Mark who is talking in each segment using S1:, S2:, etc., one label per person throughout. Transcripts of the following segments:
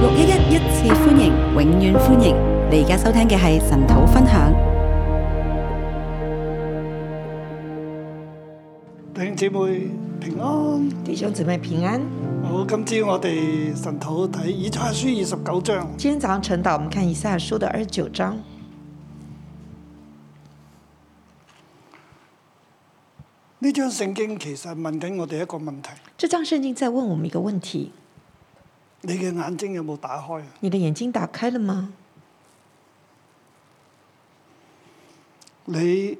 S1: 六一一一次歡迎，永遠歡迎！你而家收聽嘅係神土分享。
S2: 弟兄姊妹平安，
S3: 弟兄姊妹平安。
S2: 好，今朝我哋神土睇以賽亞書二十九章，
S3: 今天早上晨禱，我們看以賽亞書的二十九章。
S2: 呢章聖經其實問緊我哋一個問題：
S3: 這章聖經在問我們一個問題：
S2: 你嘅眼睛有冇打開啊？
S3: 你的眼睛打開了嗎？
S2: 你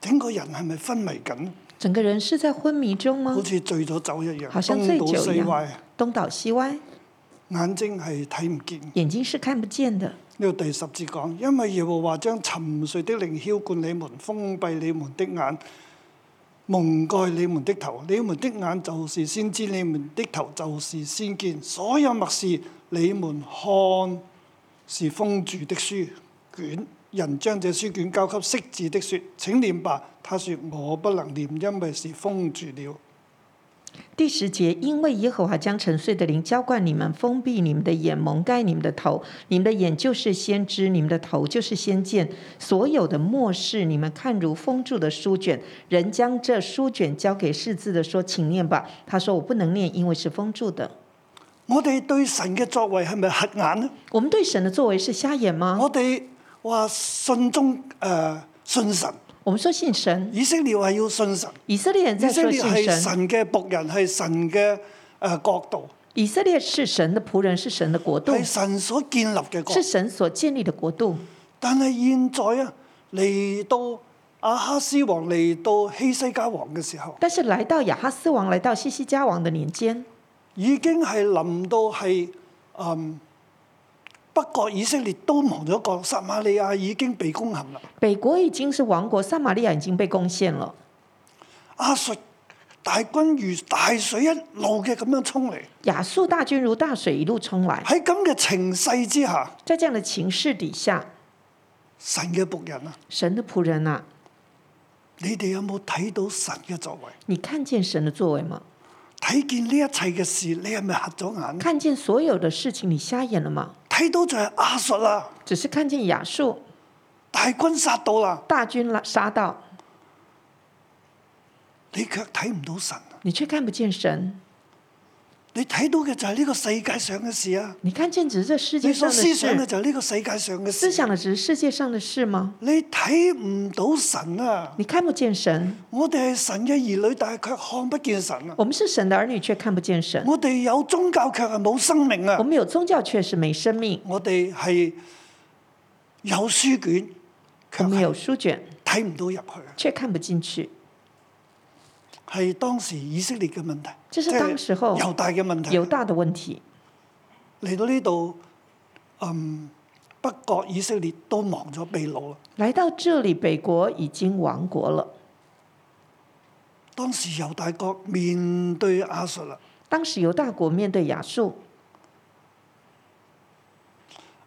S2: 整個人係咪昏迷緊？
S3: 整個人是在昏迷中嗎
S2: 好？似醉咗酒一樣，
S3: 哦好像
S2: 東
S3: 醉
S2: 倒
S3: 酒一
S2: 西
S3: 樣
S2: 歪，，
S3: 東倒西歪，
S2: 眼睛係睇唔見。
S3: 眼睛是看不見的。
S2: 呢度第十節講，因為耶和華將沉睡的靈澆灌你們，封閉你們的眼，蒙蓋你們的頭。你們的眼就是先知，你們的頭就是先見。所有默示你們看是封住的書卷，人將這書卷交給識字的說：請念吧。他說：我不能念，因為是封住了。
S3: 第十節，因為耶和華將沉睡的靈澆灌你們，封閉你們的眼，蒙蓋你們的頭。你們的眼就是先知，你們的頭就是先見。所有的默示，你們看如封住的書卷。人將這書卷交給識字的，說：“請念吧。”他說：“我不能念，因為是封住的。
S2: 我哋對神嘅作為係咪瞎眼呢？”
S3: 我們對神的作為是瞎眼嗎？
S2: 我哋話信中誒、呃信神。
S3: 我們說信神，
S2: 以色列係要信神，
S3: 以色列人
S2: 以
S3: 在
S2: 色
S3: 說
S2: 列
S3: 信
S2: 係
S3: 神，
S2: 神嘅仆人，係神嘅誒國度，
S3: 以色列是神的僕人，是神的國度
S2: 係，神所建立嘅國
S3: 是。神所建立的國度。
S2: 但係現在啊，嚟到阿哈斯王嚟到希西家王嘅時候，
S3: 但是來到亞哈斯王，來到西西家王的年間。
S2: 已經係臨到係嗯北國以色列都亡咗國，撒瑪利亞已經被攻陷啦，
S3: 北国已经是亡国，撒玛利亚已经被攻陷了。
S2: 阿述大軍如大水一路嘅咁樣衝嚟，
S3: 亚述大军如大水一路冲来，
S2: 喺咁嘅情勢之下，
S3: 在这样的情势底下，
S2: 神嘅仆人啊，
S3: 神的仆人啊，
S2: 你哋有冇睇到神嘅作為？
S3: 你看见神的作为吗？
S2: 睇見呢一切嘅事，你係咪合咗眼？
S3: 看见所有的事情，你瞎眼了吗？
S2: 睇到就係亞述啦，
S3: 只是看见亚述
S2: 大軍殺到啦，
S3: 大军拉杀到，
S2: 你卻睇唔到神。啊
S3: 你却看不见神。
S2: 你睇到嘅就係呢個世界上嘅事啊！
S3: 你看见只是这世
S2: 你
S3: 界上
S2: 所
S3: 的
S2: 思想嘅
S3: 事，
S2: 就係呢個世界上嘅
S3: 思想
S2: 事。
S3: 的只是世界上的事吗？
S2: 你睇唔到神啊！
S3: 你看不见神。
S2: 我哋係神嘅兒女，但係卻看不見神啊！
S3: 我们是神的儿女，却看不见神。
S2: 我哋有宗教，卻係冇生命
S3: 我
S2: 啊！
S3: 们有宗教，却是没生命。
S2: 我哋係有書卷，
S3: 我
S2: 卻
S3: 们有
S2: 係
S3: 书卷，
S2: 睇唔到入去。
S3: 却看不进去。
S2: 係當時以色列嘅問題，
S3: 這是
S2: 即係
S3: 當時候
S2: 猶大嘅問題。
S3: 有大的问题。
S2: 嚟到呢度，嗯，北國以色列都亡咗秘掳啦。
S3: 来到这里，北国已经亡国了。
S2: 當時猶大國面對亞述啦，
S3: 当时犹大国面对亚述，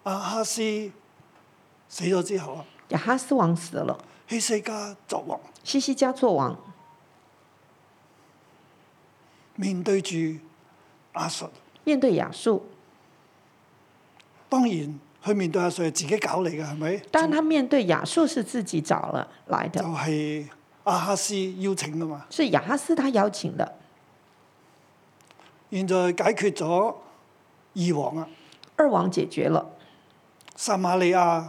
S2: 亞哈斯死咗之後啊，
S3: 亚哈斯王死了，
S2: 希西家作王，
S3: 西西家作王，
S2: 面對住亞述，
S3: 面对亚述，
S2: 當然佢面對亞述係自己搞嚟嘅，係咪？
S3: 当然他面对亚述是自己找了来
S2: 就
S3: 的，
S2: 係、亞哈斯邀請噶嘛。
S3: 是亚哈斯他邀请的。
S2: 現在解決咗二王啊，
S3: 二王解决了，
S2: 撒瑪利亞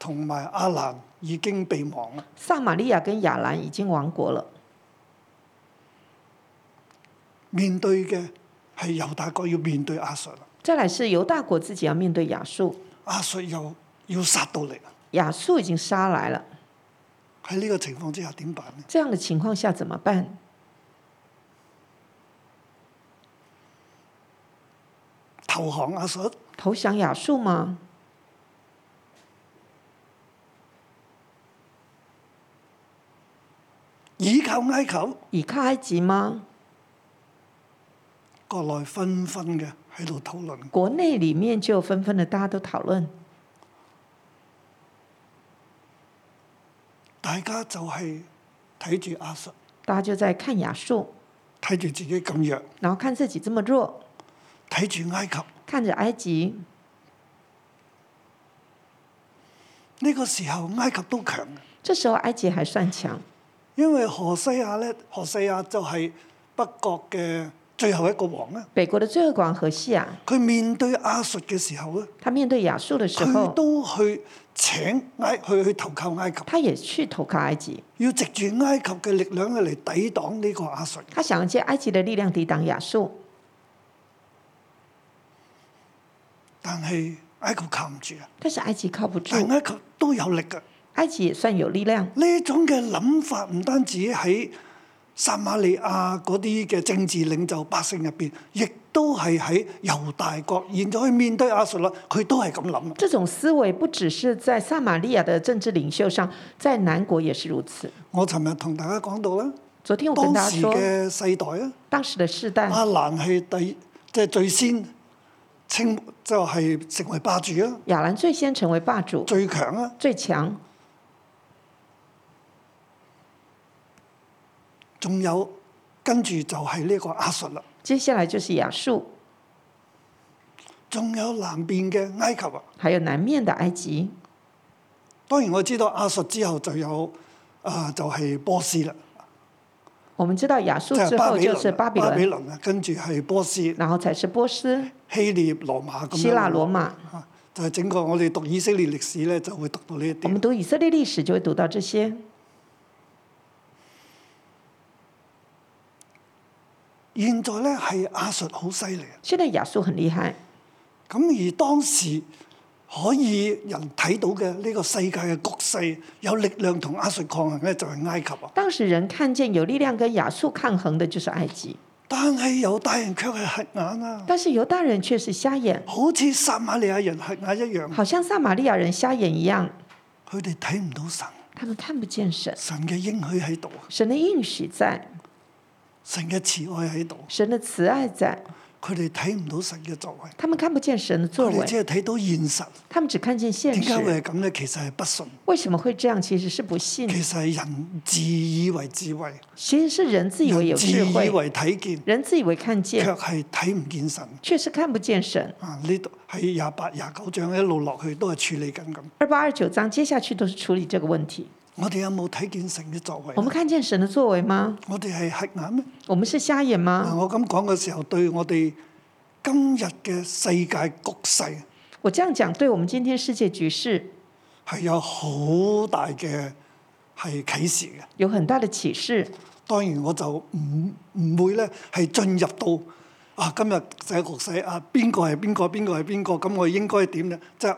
S2: 同埋亞蘭已經被亡啦。
S3: 撒玛利亚跟亚兰已经亡国了，
S2: 面對嘅係猶大國要面對亞述啦。
S3: 再来是犹大国自己要面对亚述，
S2: 阿述又要殺到嚟，
S3: 亚述已经杀来了，
S2: 喺呢個情況之下點辦呢？
S3: 这样的情况下怎么办？
S2: 投降阿述，
S3: 投降亚述吗？
S2: 倚靠埃及，
S3: 倚靠埃及吗？
S2: 國內紛紛嘅喺度討論，
S3: 国内里面就纷纷的大家都讨论，
S2: 大家就係睇住阿述，
S3: 大家就在看亚述，
S2: 睇住自己咁弱，
S3: 然后看自己这么弱，
S2: 睇住埃及。
S3: 看着埃及，
S2: 呢、個時候埃及都強，
S3: 这时候埃及还算强，
S2: 因為何西亞咧，何西亞就係北國嘅最後一個王啦。
S3: 北国的罪恶王何西亚，
S2: 佢面對亞述嘅時候咧，
S3: 他面对亚述的时
S2: 佢
S3: 候，
S2: 都去請埃去去投靠埃及，
S3: 他也去投靠埃及，
S2: 要藉住埃及嘅力量咧嚟抵擋呢個亞述。
S3: 他想要借埃及的力量抵挡亚述，
S2: 但係埃及靠唔住啊！
S3: 但是埃及靠不住，
S2: 但係埃及都有力㗎。
S3: 埃及也算有力量。
S2: 呢種嘅諗法唔單止喺撒瑪利亞嗰啲嘅政治領袖百姓入邊，亦都係喺猶大國。現在去面對亞述啦，佢都係咁諗啊。
S3: 这种思维不只是在撒玛利亚的政治领袖上，在南国也是如此。
S2: 我尋日同大家講到啦，
S3: 昨天我
S2: 當
S3: 跟大家
S2: 時
S3: 说，
S2: 嘅世代啊，
S3: 当時的世代，
S2: 阿蘭係第即係最先稱就係、成為霸主啊，
S3: 亚兰最先成为霸主、
S2: 最強啊，
S3: 最强，
S2: 仲有跟住就係呢個亞述啦，
S3: 接下来就是亚述，
S2: 仲有南邊嘅埃及啊。
S3: 还有南面的埃及。
S2: 當然我知道亞述之後就有啊、就係、波斯啦。
S3: 我们知道亚述
S2: 即
S3: 之
S2: 係巴
S3: 后
S2: 比
S3: 就是
S2: 倫，
S3: 巴比
S2: 巴比
S3: 伦，
S2: 倫啊，跟住係波斯、希
S3: 然后才是波斯、
S2: 臘、羅馬咁樣。
S3: 希腊、罗馬。
S2: 啊就係整個我哋讀以色列歷史咧，就會讀到呢一
S3: 我
S2: 點
S3: 们。读以色列历史就会读到这些。
S2: 現在咧係亞述好犀利啊！
S3: 现在亚述很厉害，
S2: 咁而當時可以人睇到嘅呢個世界嘅局勢，有力量同亞述抗衡咧，就係埃及啊。
S3: 当时人看见有力量跟亚述抗衡的就是埃及，
S2: 但係猶大人卻係黑眼啊，
S3: 但是犹大人却是瞎眼，
S2: 好似撒瑪利亞人黑眼一樣，
S3: 好像撒玛利亚人瞎眼一样，
S2: 佢哋睇唔到神，
S3: 他们看不见神，
S2: 神嘅應許喺度，
S3: 神的应许在，
S2: 神嘅慈愛喺度，
S3: 神的慈爱在，
S2: 佢哋睇唔到神嘅作為。
S3: 他们看不见神的作
S2: 佢哋
S3: 为，
S2: 只係睇到現實，
S3: 他们只看见现
S2: 點解
S3: 实。
S2: 會係咁呢？其實係不信，
S3: 为什么会这样？其实是不信，
S2: 其實係人自以為智慧，
S3: 其实是人自以为
S2: 人
S3: 有
S2: 自
S3: 智
S2: 以
S3: 慧，
S2: 為睇見，
S3: 人自以为看
S2: 卻
S3: 见，
S2: 係睇唔見神。
S3: 却是看不见神。
S2: 啊！呢度喺廿八、廿九章一路落去都係處理緊咁。
S3: 二八二九章接下去都是处理这个问题。
S2: 我哋有冇睇見神嘅作為
S3: 我？们看见神的作为吗？
S2: 我哋係黑眼咩？
S3: 我们是瞎眼
S2: 嗱，
S3: 吗？
S2: 我咁講嘅時候，對我哋今日嘅世界局勢
S3: 我这样讲，对我们今天世界局势
S2: 係有好大嘅係啟示嘅。
S3: 有很大的启示。
S2: 當然我就唔唔會咧係進入到啊今日世界局勢啊邊個係邊個邊個係邊個咁我應該點咧？即係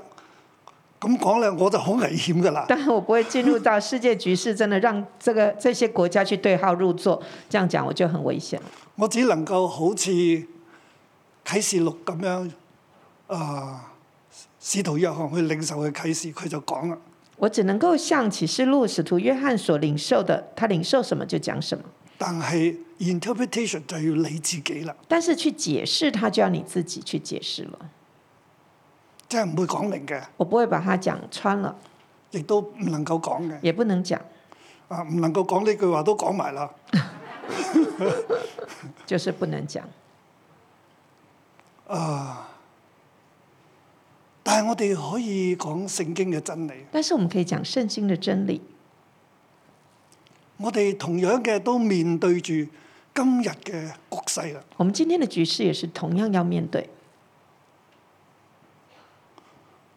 S2: 咁講咧我就好危險㗎啦。
S3: 当然，我不会进入到世界局势，真的让这个这些国家去对号入座。这样讲我就很危险了。
S2: 我只能夠好似啟示錄咁樣啊，使徒約翰去領受嘅啟示，佢就講啦。
S3: 我只能够像启示录使徒约翰所领受的，他领受什么就讲什么，
S2: 但係 interpretation 就要你自己啦，
S3: 但是去解释他就要你自己去解释了。
S2: 即係唔會講明嘅，
S3: 我不会把它讲穿了，
S2: 亦都唔能夠講嘅。
S3: 也不能讲，
S2: 啊，唔能夠講呢句話都講埋啦。
S3: 就是不能讲。
S2: 但係我哋可以講聖經嘅真理。
S3: 但是我们可以讲圣经的真理。
S2: 我哋同樣嘅都面對住今日嘅局勢啦。
S3: 我们今天的局势也是同样要面对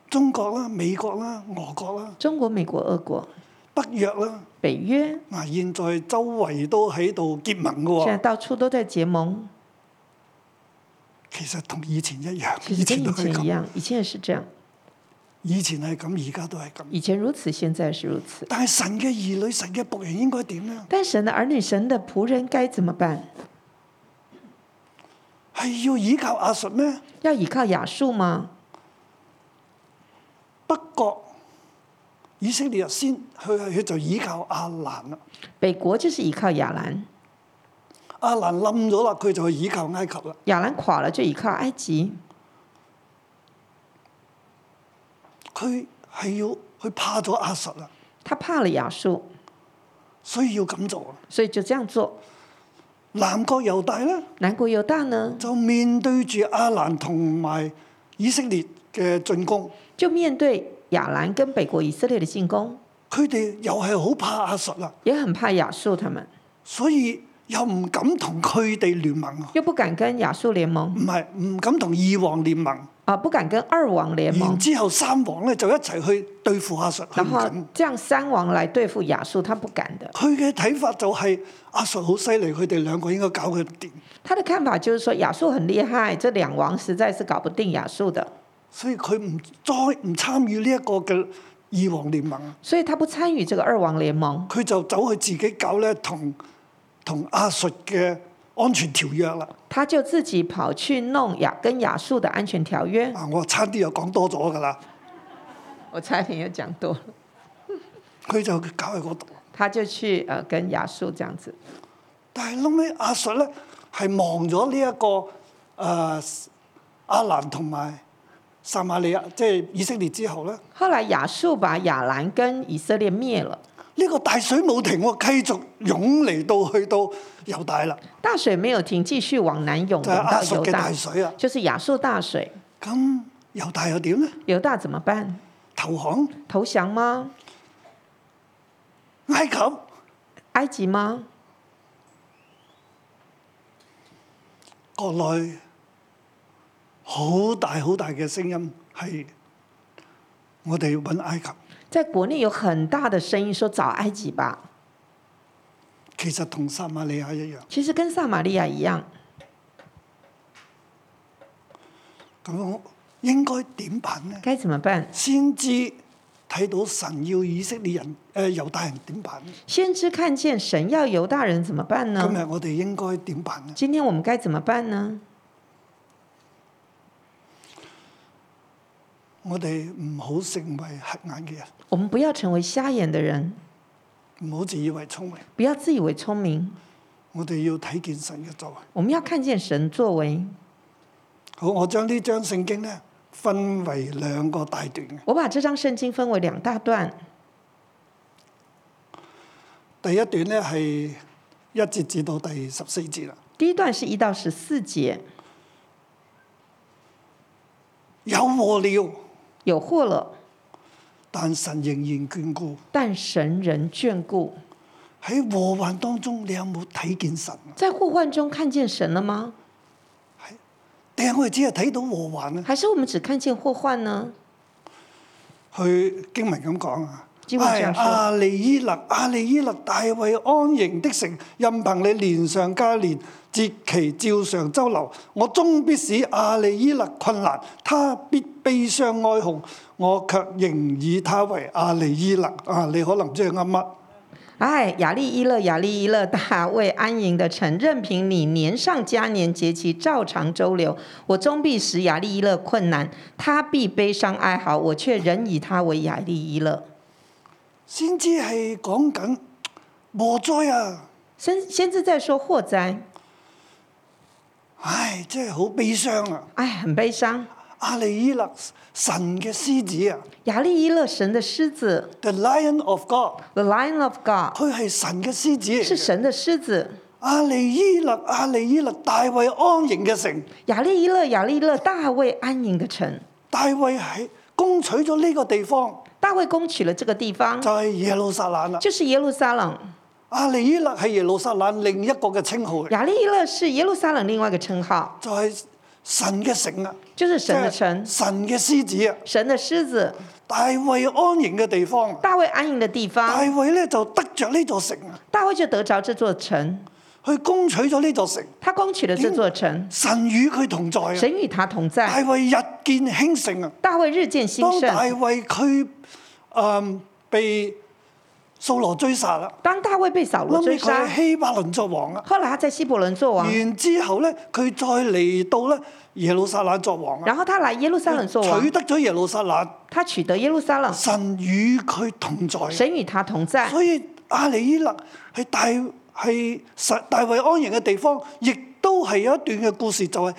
S2: 中國啦、美國啦、俄國啦、
S3: 中国、美国、俄国、
S2: 北約啦，
S3: 北约，
S2: 嗱，現在周圍都喺度結盟嘅喎、
S3: 现在到处都在结盟，
S2: 其實同以前一樣，
S3: 其
S2: 以
S3: 实跟
S2: 前
S3: 以
S2: 都係
S3: 前一
S2: 咁，
S3: 样，以前也是这样，
S2: 以前係咁，而家都係咁。
S3: 以前如此，现在也是如此。
S2: 但係神嘅兒女、神嘅仆人應該點呢？
S3: 但神的儿女、神的仆人该怎么办？
S2: 係要依靠亞述咩？
S3: 要依靠亚述吗？
S2: 北國以色列先，佢佢就依靠亞蘭啦。
S3: 北国就是依靠亚兰，
S2: 亞蘭冧咗啦，佢就去依靠埃及啦。
S3: 亚兰垮了就依靠埃及，
S2: 佢係要佢怕咗亞述啦，
S3: 他怕了亚述，
S2: 所以要咁做啊。
S3: 所以就这样做。
S2: 南國猶大咧
S3: 南國猶大呢，
S2: 就面對住亞蘭同埋以色列嘅進攻，
S3: 就面对亚兰跟北国以色列的进攻，
S2: 佢哋又係好怕亞述啦，
S3: 也很怕亚述他们，
S2: 所以又唔敢同佢哋聯盟啊，
S3: 又不敢跟亚述联盟
S2: 唔係唔敢同二王聯盟。
S3: 啊，不敢跟二王联
S2: 然
S3: 盟，啊
S2: 之後三王咧就一齊去對付亞述，佢
S3: 然
S2: 唔
S3: 后
S2: 敢。
S3: 这样三王来对付亚述，他不敢的。
S2: 佢嘅睇法就係亞述好犀利，佢哋兩個應該搞佢掂，
S3: 他的看法就是说亚述很厉害，这两王实在是搞不定亚述的，
S2: 所以佢唔再唔參與呢一個嘅二王聯盟，啊
S3: 所以他不参与这个二王联盟，
S2: 佢就走去自己搞咧同同亞述嘅安全條約啦。
S3: 他就自己跑去弄亚跟亚述的安全条约。
S2: 啊，我差啲又講多咗㗎啦，
S3: 我差点又讲多了，
S2: 佢就搞喺嗰度。
S3: 他就去呃跟亚述这样子，
S2: 但係後尾亞述咧係忘咗呢一個誒、呃、亞蘭同埋撒瑪利亞，即係以色列之後咧。
S3: 后来亚述把亚兰跟以色列灭了。
S2: 呢個大水冇停喎，繼續湧嚟到去到猶大啦，
S3: 大水没有停，继续往南涌，
S2: 就係
S3: 涌到
S2: 亞述
S3: 犹
S2: 嘅
S3: 大
S2: 大，水啊！
S3: 就是亚述大水。
S2: 咁猶大又點呢？
S3: 犹大怎么办？
S2: 投降
S3: 投降吗？
S2: 埃及，
S3: 埃及吗？
S2: 國內好大好大嘅聲音係我哋揾埃及，
S3: 在国内有很大的声音说找埃及吧，
S2: 其實同撒瑪利亞一樣。
S3: 其实跟撒玛利亚一样，
S2: 咁應該點辦呢？
S3: 该怎么办？
S2: 先知睇到神要以色列人誒、呃、猶大人點辦呢？
S3: 先知看见神要犹大人怎么办
S2: 今日
S3: 呢？
S2: 我哋應該點辦呢？
S3: 今天我们该怎么办呢？
S2: 我哋唔好成為黑眼嘅人，
S3: 我们不要成为瞎眼的人，
S2: 唔好自以為聰明。
S3: 不要自以为聪明，
S2: 我哋要睇見神嘅作為。
S3: 我们要看见神作为。
S2: 好，我將呢章聖經咧分為兩個大段嘅。
S3: 我把这张圣经分为两大段，
S2: 第一段咧係一節至到第十四節啦。
S3: 第一段是一到十四节，
S2: 有禍了，
S3: 有祸了，
S2: 但神仍然眷顧。
S3: 但神仍眷顾。
S2: 喺禍患當中，你有冇睇見神啊？
S3: 在祸患中看见神了吗？
S2: 定係我哋只係睇到禍患啊？
S3: 还是我们只看见祸患呢？
S2: 佢經文咁講啊。
S3: 經文這樣說
S2: 阿利伊勒，阿利伊勒，大衛安營的城，任憑你連上加連，節期照常周流。我終必使阿利伊勒困難，他必悲傷哀號，我卻仍以他為阿利伊勒。啊，你可能唔知佢噏乜？
S3: 哎，雅利伊勒，雅利伊勒，大卫安营的城，任凭你年上加年节期，照常周流。我终必使雅利伊勒困难，他必悲伤哀嚎，我却仍以他为雅利伊勒。
S2: 先知係講緊禍災啊！
S3: 先先知在说祸灾，
S2: 唉，真係好悲傷啊！
S3: 哎，很悲伤。
S2: 阿利伊勒，神嘅獅子啊
S3: 雅利伊勒，神的狮子
S2: ，The Lion of God，
S3: ，The Lion of God，
S2: 佢係神嘅獅子嚟嘅
S3: 是神的狮子。
S2: 阿利伊勒，阿利伊勒，大衛安營嘅城，
S3: 雅利伊勒，雅利伊勒，大卫安营的城，
S2: 大衛係攻取咗呢個地方，
S3: 大卫攻取了这个地方
S2: 就，係、耶路撒冷啦。
S3: 就是耶路撒冷。
S2: 阿利伊勒係耶路撒冷另一個嘅稱號嚟，
S3: 雅利伊勒是耶路撒冷另外一个称号，
S2: 就係、神嘅城啊，
S3: 就是神的
S2: 即
S3: 城
S2: 係，神嘅獅子啊，
S3: 神的狮子，
S2: 大衛安營嘅地方。啊
S3: 大卫安营的地
S2: 大
S3: 方。
S2: 衛咧就得着呢座城啊，
S3: 大卫就得着这座城，
S2: 去攻取咗呢座城，
S3: 他攻取了这座城，
S2: 神與佢同在啊。
S3: 神与他同
S2: 大
S3: 在。
S2: 衛日見興盛啊，
S3: 大衛日渐兴
S2: 當大
S3: 盛。
S2: 衛佢誒被掃羅追殺啦，
S3: 当大卫被扫罗
S2: 後
S3: 追
S2: 尾
S3: 杀
S2: 佢，喺希伯倫作王啊。
S3: 后来他在希伯伦做王，
S2: 然之後咧，佢再嚟到咧耶路撒冷作王啊，
S3: 然后他来耶路撒冷做王
S2: 取，得咗耶路撒冷，
S3: 他取得耶路撒冷，
S2: 神與佢同在啊。
S3: 神与他同在。
S2: 所以阿里伊勒係大係實大衛安營嘅地方，亦都係有一段嘅故事，就係、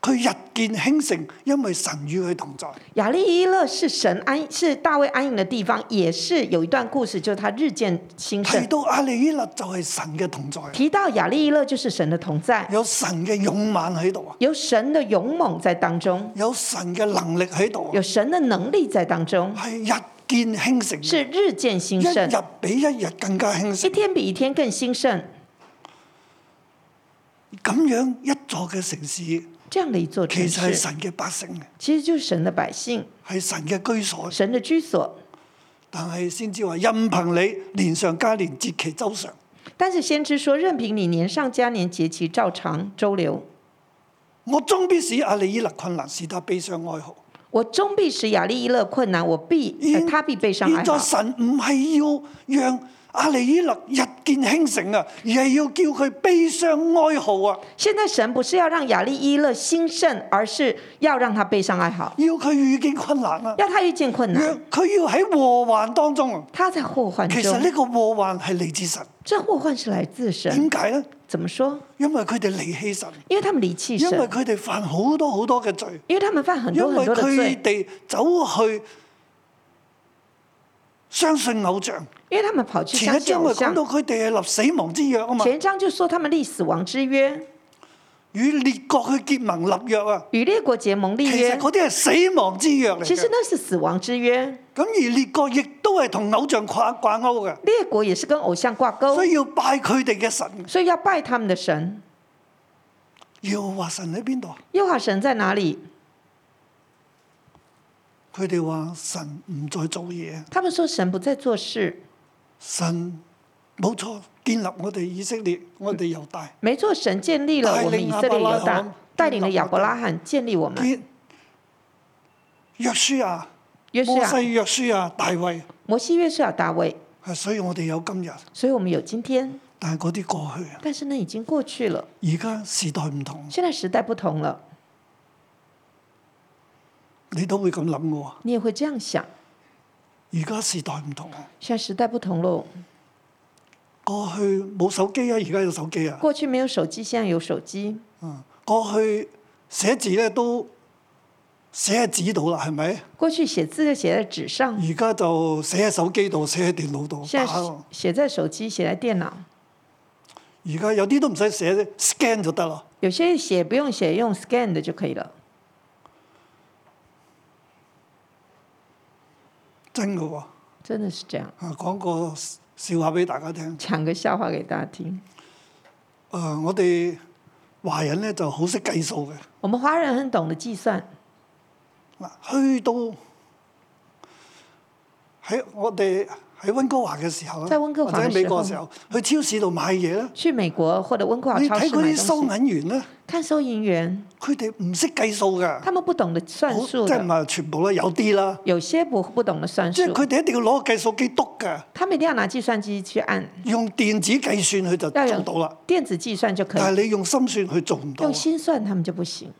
S2: 佢日見興盛，因為神與佢同在。
S3: 雅利伊勒是神安是大卫安营的地方，也是有一段故事，就是他日渐兴
S2: 提
S3: 盛。
S2: 到阿利伊勒就係神嘅同在，
S3: 提到雅利伊勒，就是神的同在，
S2: 有神嘅勇猛喺度啊，
S3: 有神的勇猛在当中，
S2: 有神嘅能力喺度啊
S3: 有，神的能力在当中，
S2: 係日見興盛，
S3: 是日渐兴
S2: 一
S3: 盛，
S2: 日比一日更加興
S3: 一
S2: 盛。
S3: 天比一天更兴盛。
S2: 咁樣一座嘅城市，
S3: 这样的一座城
S2: 其實係
S3: 市，
S2: 神嘅百姓，
S3: 其实就是神的百姓，
S2: 係神嘅居所。
S3: 神的居所。
S2: 但係先至話任憑你年上加年，節期周常。
S3: 但是先知说，任凭你年上加年，节期照常周流，
S2: 我終必使阿利伊勒困難，使他悲傷哀嚎。
S3: 我终必使雅利伊勒困难，我必、呃
S2: 現
S3: 他必背上哀
S2: 現在
S3: 嚎。
S2: 神唔係要讓阿利伊勒日見興盛啊，而係要叫佢悲傷哀嚎啊，
S3: 现在神不是要让雅利伊勒兴盛，而是要让他背上哀嚎，
S2: 要佢遇見困難啊，
S3: 要他遇见困
S2: 讓
S3: 难，
S2: 佢要喺禍患當中啊。
S3: 他在祸患
S2: 其實呢
S3: 中。
S2: 個禍患係嚟自神，
S3: 这祸患是来自神
S2: 點，解呢？
S3: 怎么说？
S2: 因為佢哋離棄神，
S3: 因为他们离弃
S2: 因為
S3: 神，
S2: 佢哋犯好多好多嘅罪，
S3: 因为他们犯很
S2: 因
S3: 多
S2: 為
S3: 很多的
S2: 佢
S3: 罪，
S2: 哋走去相信偶像。
S3: 因为他们跑去
S2: 前一
S3: 相信
S2: 章咪
S3: 偶
S2: 講
S3: 像
S2: 到。佢哋係立死亡之約啊嘛，
S3: 前一章就说他们立死亡之约，
S2: 與列國去結盟立約啊。
S3: 与列国结盟立
S2: 其實
S3: 约，
S2: 嗰啲係死亡之約嚟
S3: 其实
S2: 嘅。
S3: 那是死亡之约。
S2: 咁而列國亦都係同偶像掛掛鈎嘅，
S3: 列国也是跟偶像挂钩
S2: 所，以要拜佢哋嘅神。
S3: 所以要拜他们的神。
S2: 要話神喺邊度啊？
S3: 耶和华神在哪里？
S2: 佢哋話神唔再做嘢，
S3: 他们说神不在做事，
S2: 神冇錯建立我哋以色列，我哋猶大
S3: 没错，神建立了我们以色列犹大，带领了亚伯拉罕建立我们。
S2: 建約書亞、
S3: 约书
S2: 摩
S3: 亚、
S2: 西、約書亞、大衛，
S3: 摩西、约书亚、大卫，
S2: 係所以我哋有今日。
S3: 所以我们有今天。
S2: 但係嗰啲過去啊，
S3: 但是呢，已经过去了，
S2: 而家時代唔同，
S3: 现在时代不同了，
S2: 你都會咁諗嘅喎。
S3: 你也会这样想。
S2: 而家時代唔同，啊
S3: 现在时代不同喽，
S2: 過去冇手機啊，而家有手機啊。
S3: 过去没有手机，现在有手机。
S2: 嗯，過去寫字咧都寫喺紙度啦，係咪？
S3: 过去写字就写在纸上，
S2: 而家就寫喺手機度，寫喺電腦度打
S3: 现在
S2: 咯。
S3: 写在手机、写在电脑，
S2: 而家有啲都唔使寫啫，scan 就得啦。
S3: 有些写不用写，用 scan 的就可以了。
S2: 真嘅喎、
S3: 真的是这样。
S2: 啊講個笑話俾大家聽。誒、呃
S3: 讲个笑话给大家听，
S2: 我哋華人咧就好識計數嘅。
S3: 我们华人很懂得计算，
S2: 嗱，去到喺我哋喺温哥華嘅時候
S3: 在
S2: 咧，
S3: 溫哥
S2: 或者
S3: 華嘅
S2: 喺美國嘅時
S3: 時
S2: 候，去超市度買嘢咧，
S3: 去美国或者温哥华
S2: 你
S3: 超
S2: 睇
S3: 市
S2: 嗰
S3: 买
S2: 啲
S3: 东
S2: 收
S3: 西，
S2: 銀員咧，
S3: 看收银员，
S2: 佢哋唔識計數㗎。
S3: 他们不懂得算
S2: 好
S3: 数
S2: 即係唔
S3: 的，
S2: 係全部啦，有啲啦，
S3: 有些不不懂得算
S2: 即係，
S3: 数
S2: 佢哋一定要攞個計數機篤㗎，
S3: 他们一定要拿计算机去按，
S2: 用電子計算佢就做
S3: 要用
S2: 到啦。
S3: 电子计算就可
S2: 但
S3: 以，
S2: 係你用心算佢做唔到啊。
S3: 用
S2: 咁
S3: 心算他们就不行。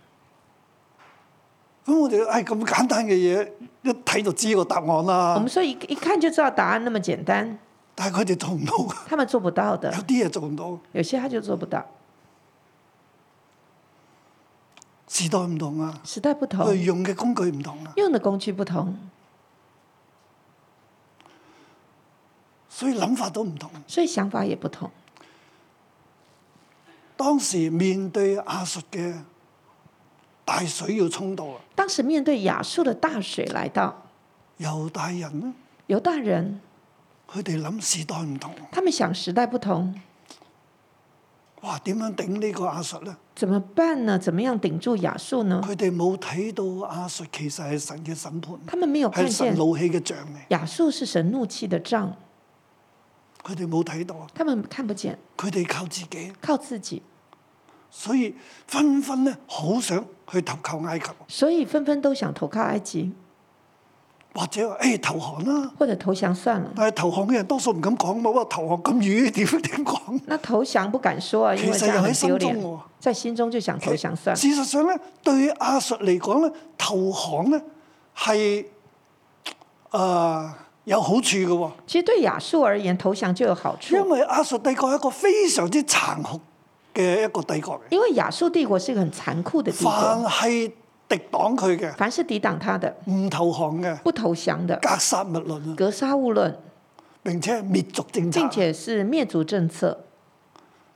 S2: 我哋唉咁簡單嘅嘢，一睇就知個答案
S3: 我
S2: 啦
S3: 们。说一一看就知道答案那么简单，
S2: 但係佢哋做唔到㗎，
S3: 他们做不到的
S2: 有，啲嘢做唔到。
S3: 有些他就做不到。
S2: 時代唔同啊，
S3: 时代不同
S2: 佢，用嘅工具唔同啊，
S3: 用的工具不同，
S2: 所以諗法都唔同。
S3: 所以想法也不同。
S2: 當時面對亞述嘅大水要衝到啊啦，
S3: 当时面对亚述的大水来到，
S2: 猶大人咧，
S3: 犹大人
S2: 佢哋諗時代唔同，
S3: 他们想时代不同，
S2: 哇點樣頂呢個亞述咧？
S3: 怎么办呢？怎么样顶住亚述呢？
S2: 佢哋冇睇到亞述其實係神嘅審判，
S3: 他们没有看
S2: 係神
S3: 见
S2: 怒氣嘅象嚟。
S3: 亚述是神怒气的杖，
S2: 佢哋冇睇到，
S3: 他们看不见，
S2: 佢哋靠自己，
S3: 靠自己，
S2: 所以紛紛咧好想去投靠埃及，
S3: 所以纷纷都想投靠埃及
S2: 或者話誒、哎投降啦。
S3: 或者投降算了。
S2: 但係投降嘅人多數唔敢講冇話投降咁遠點點講。
S3: 那投降不敢说啊，因为
S2: 其實
S3: 这样
S2: 又喺
S3: 很
S2: 心
S3: 丢
S2: 中哦
S3: 脸
S2: 喎，
S3: 在心中就想投降算了。
S2: 事實上咧，對亞述嚟講咧，投降咧係誒有好處嘅喎，
S3: 其实对亚述而言，投降就有好处
S2: 因，為亞述帝國係一個非常之殘酷嘅一個帝國嚟。
S3: 因为亚述帝国是一个很残酷的帝
S2: 凡
S3: 国，
S2: 係敵擋佢嘅，
S3: 凡是抵挡他的、
S2: 唔投降嘅，
S3: 不投降的，
S2: 格殺勿論啊！
S3: 格杀勿论，
S2: 並且係滅族政策
S3: 并，且是灭族政策。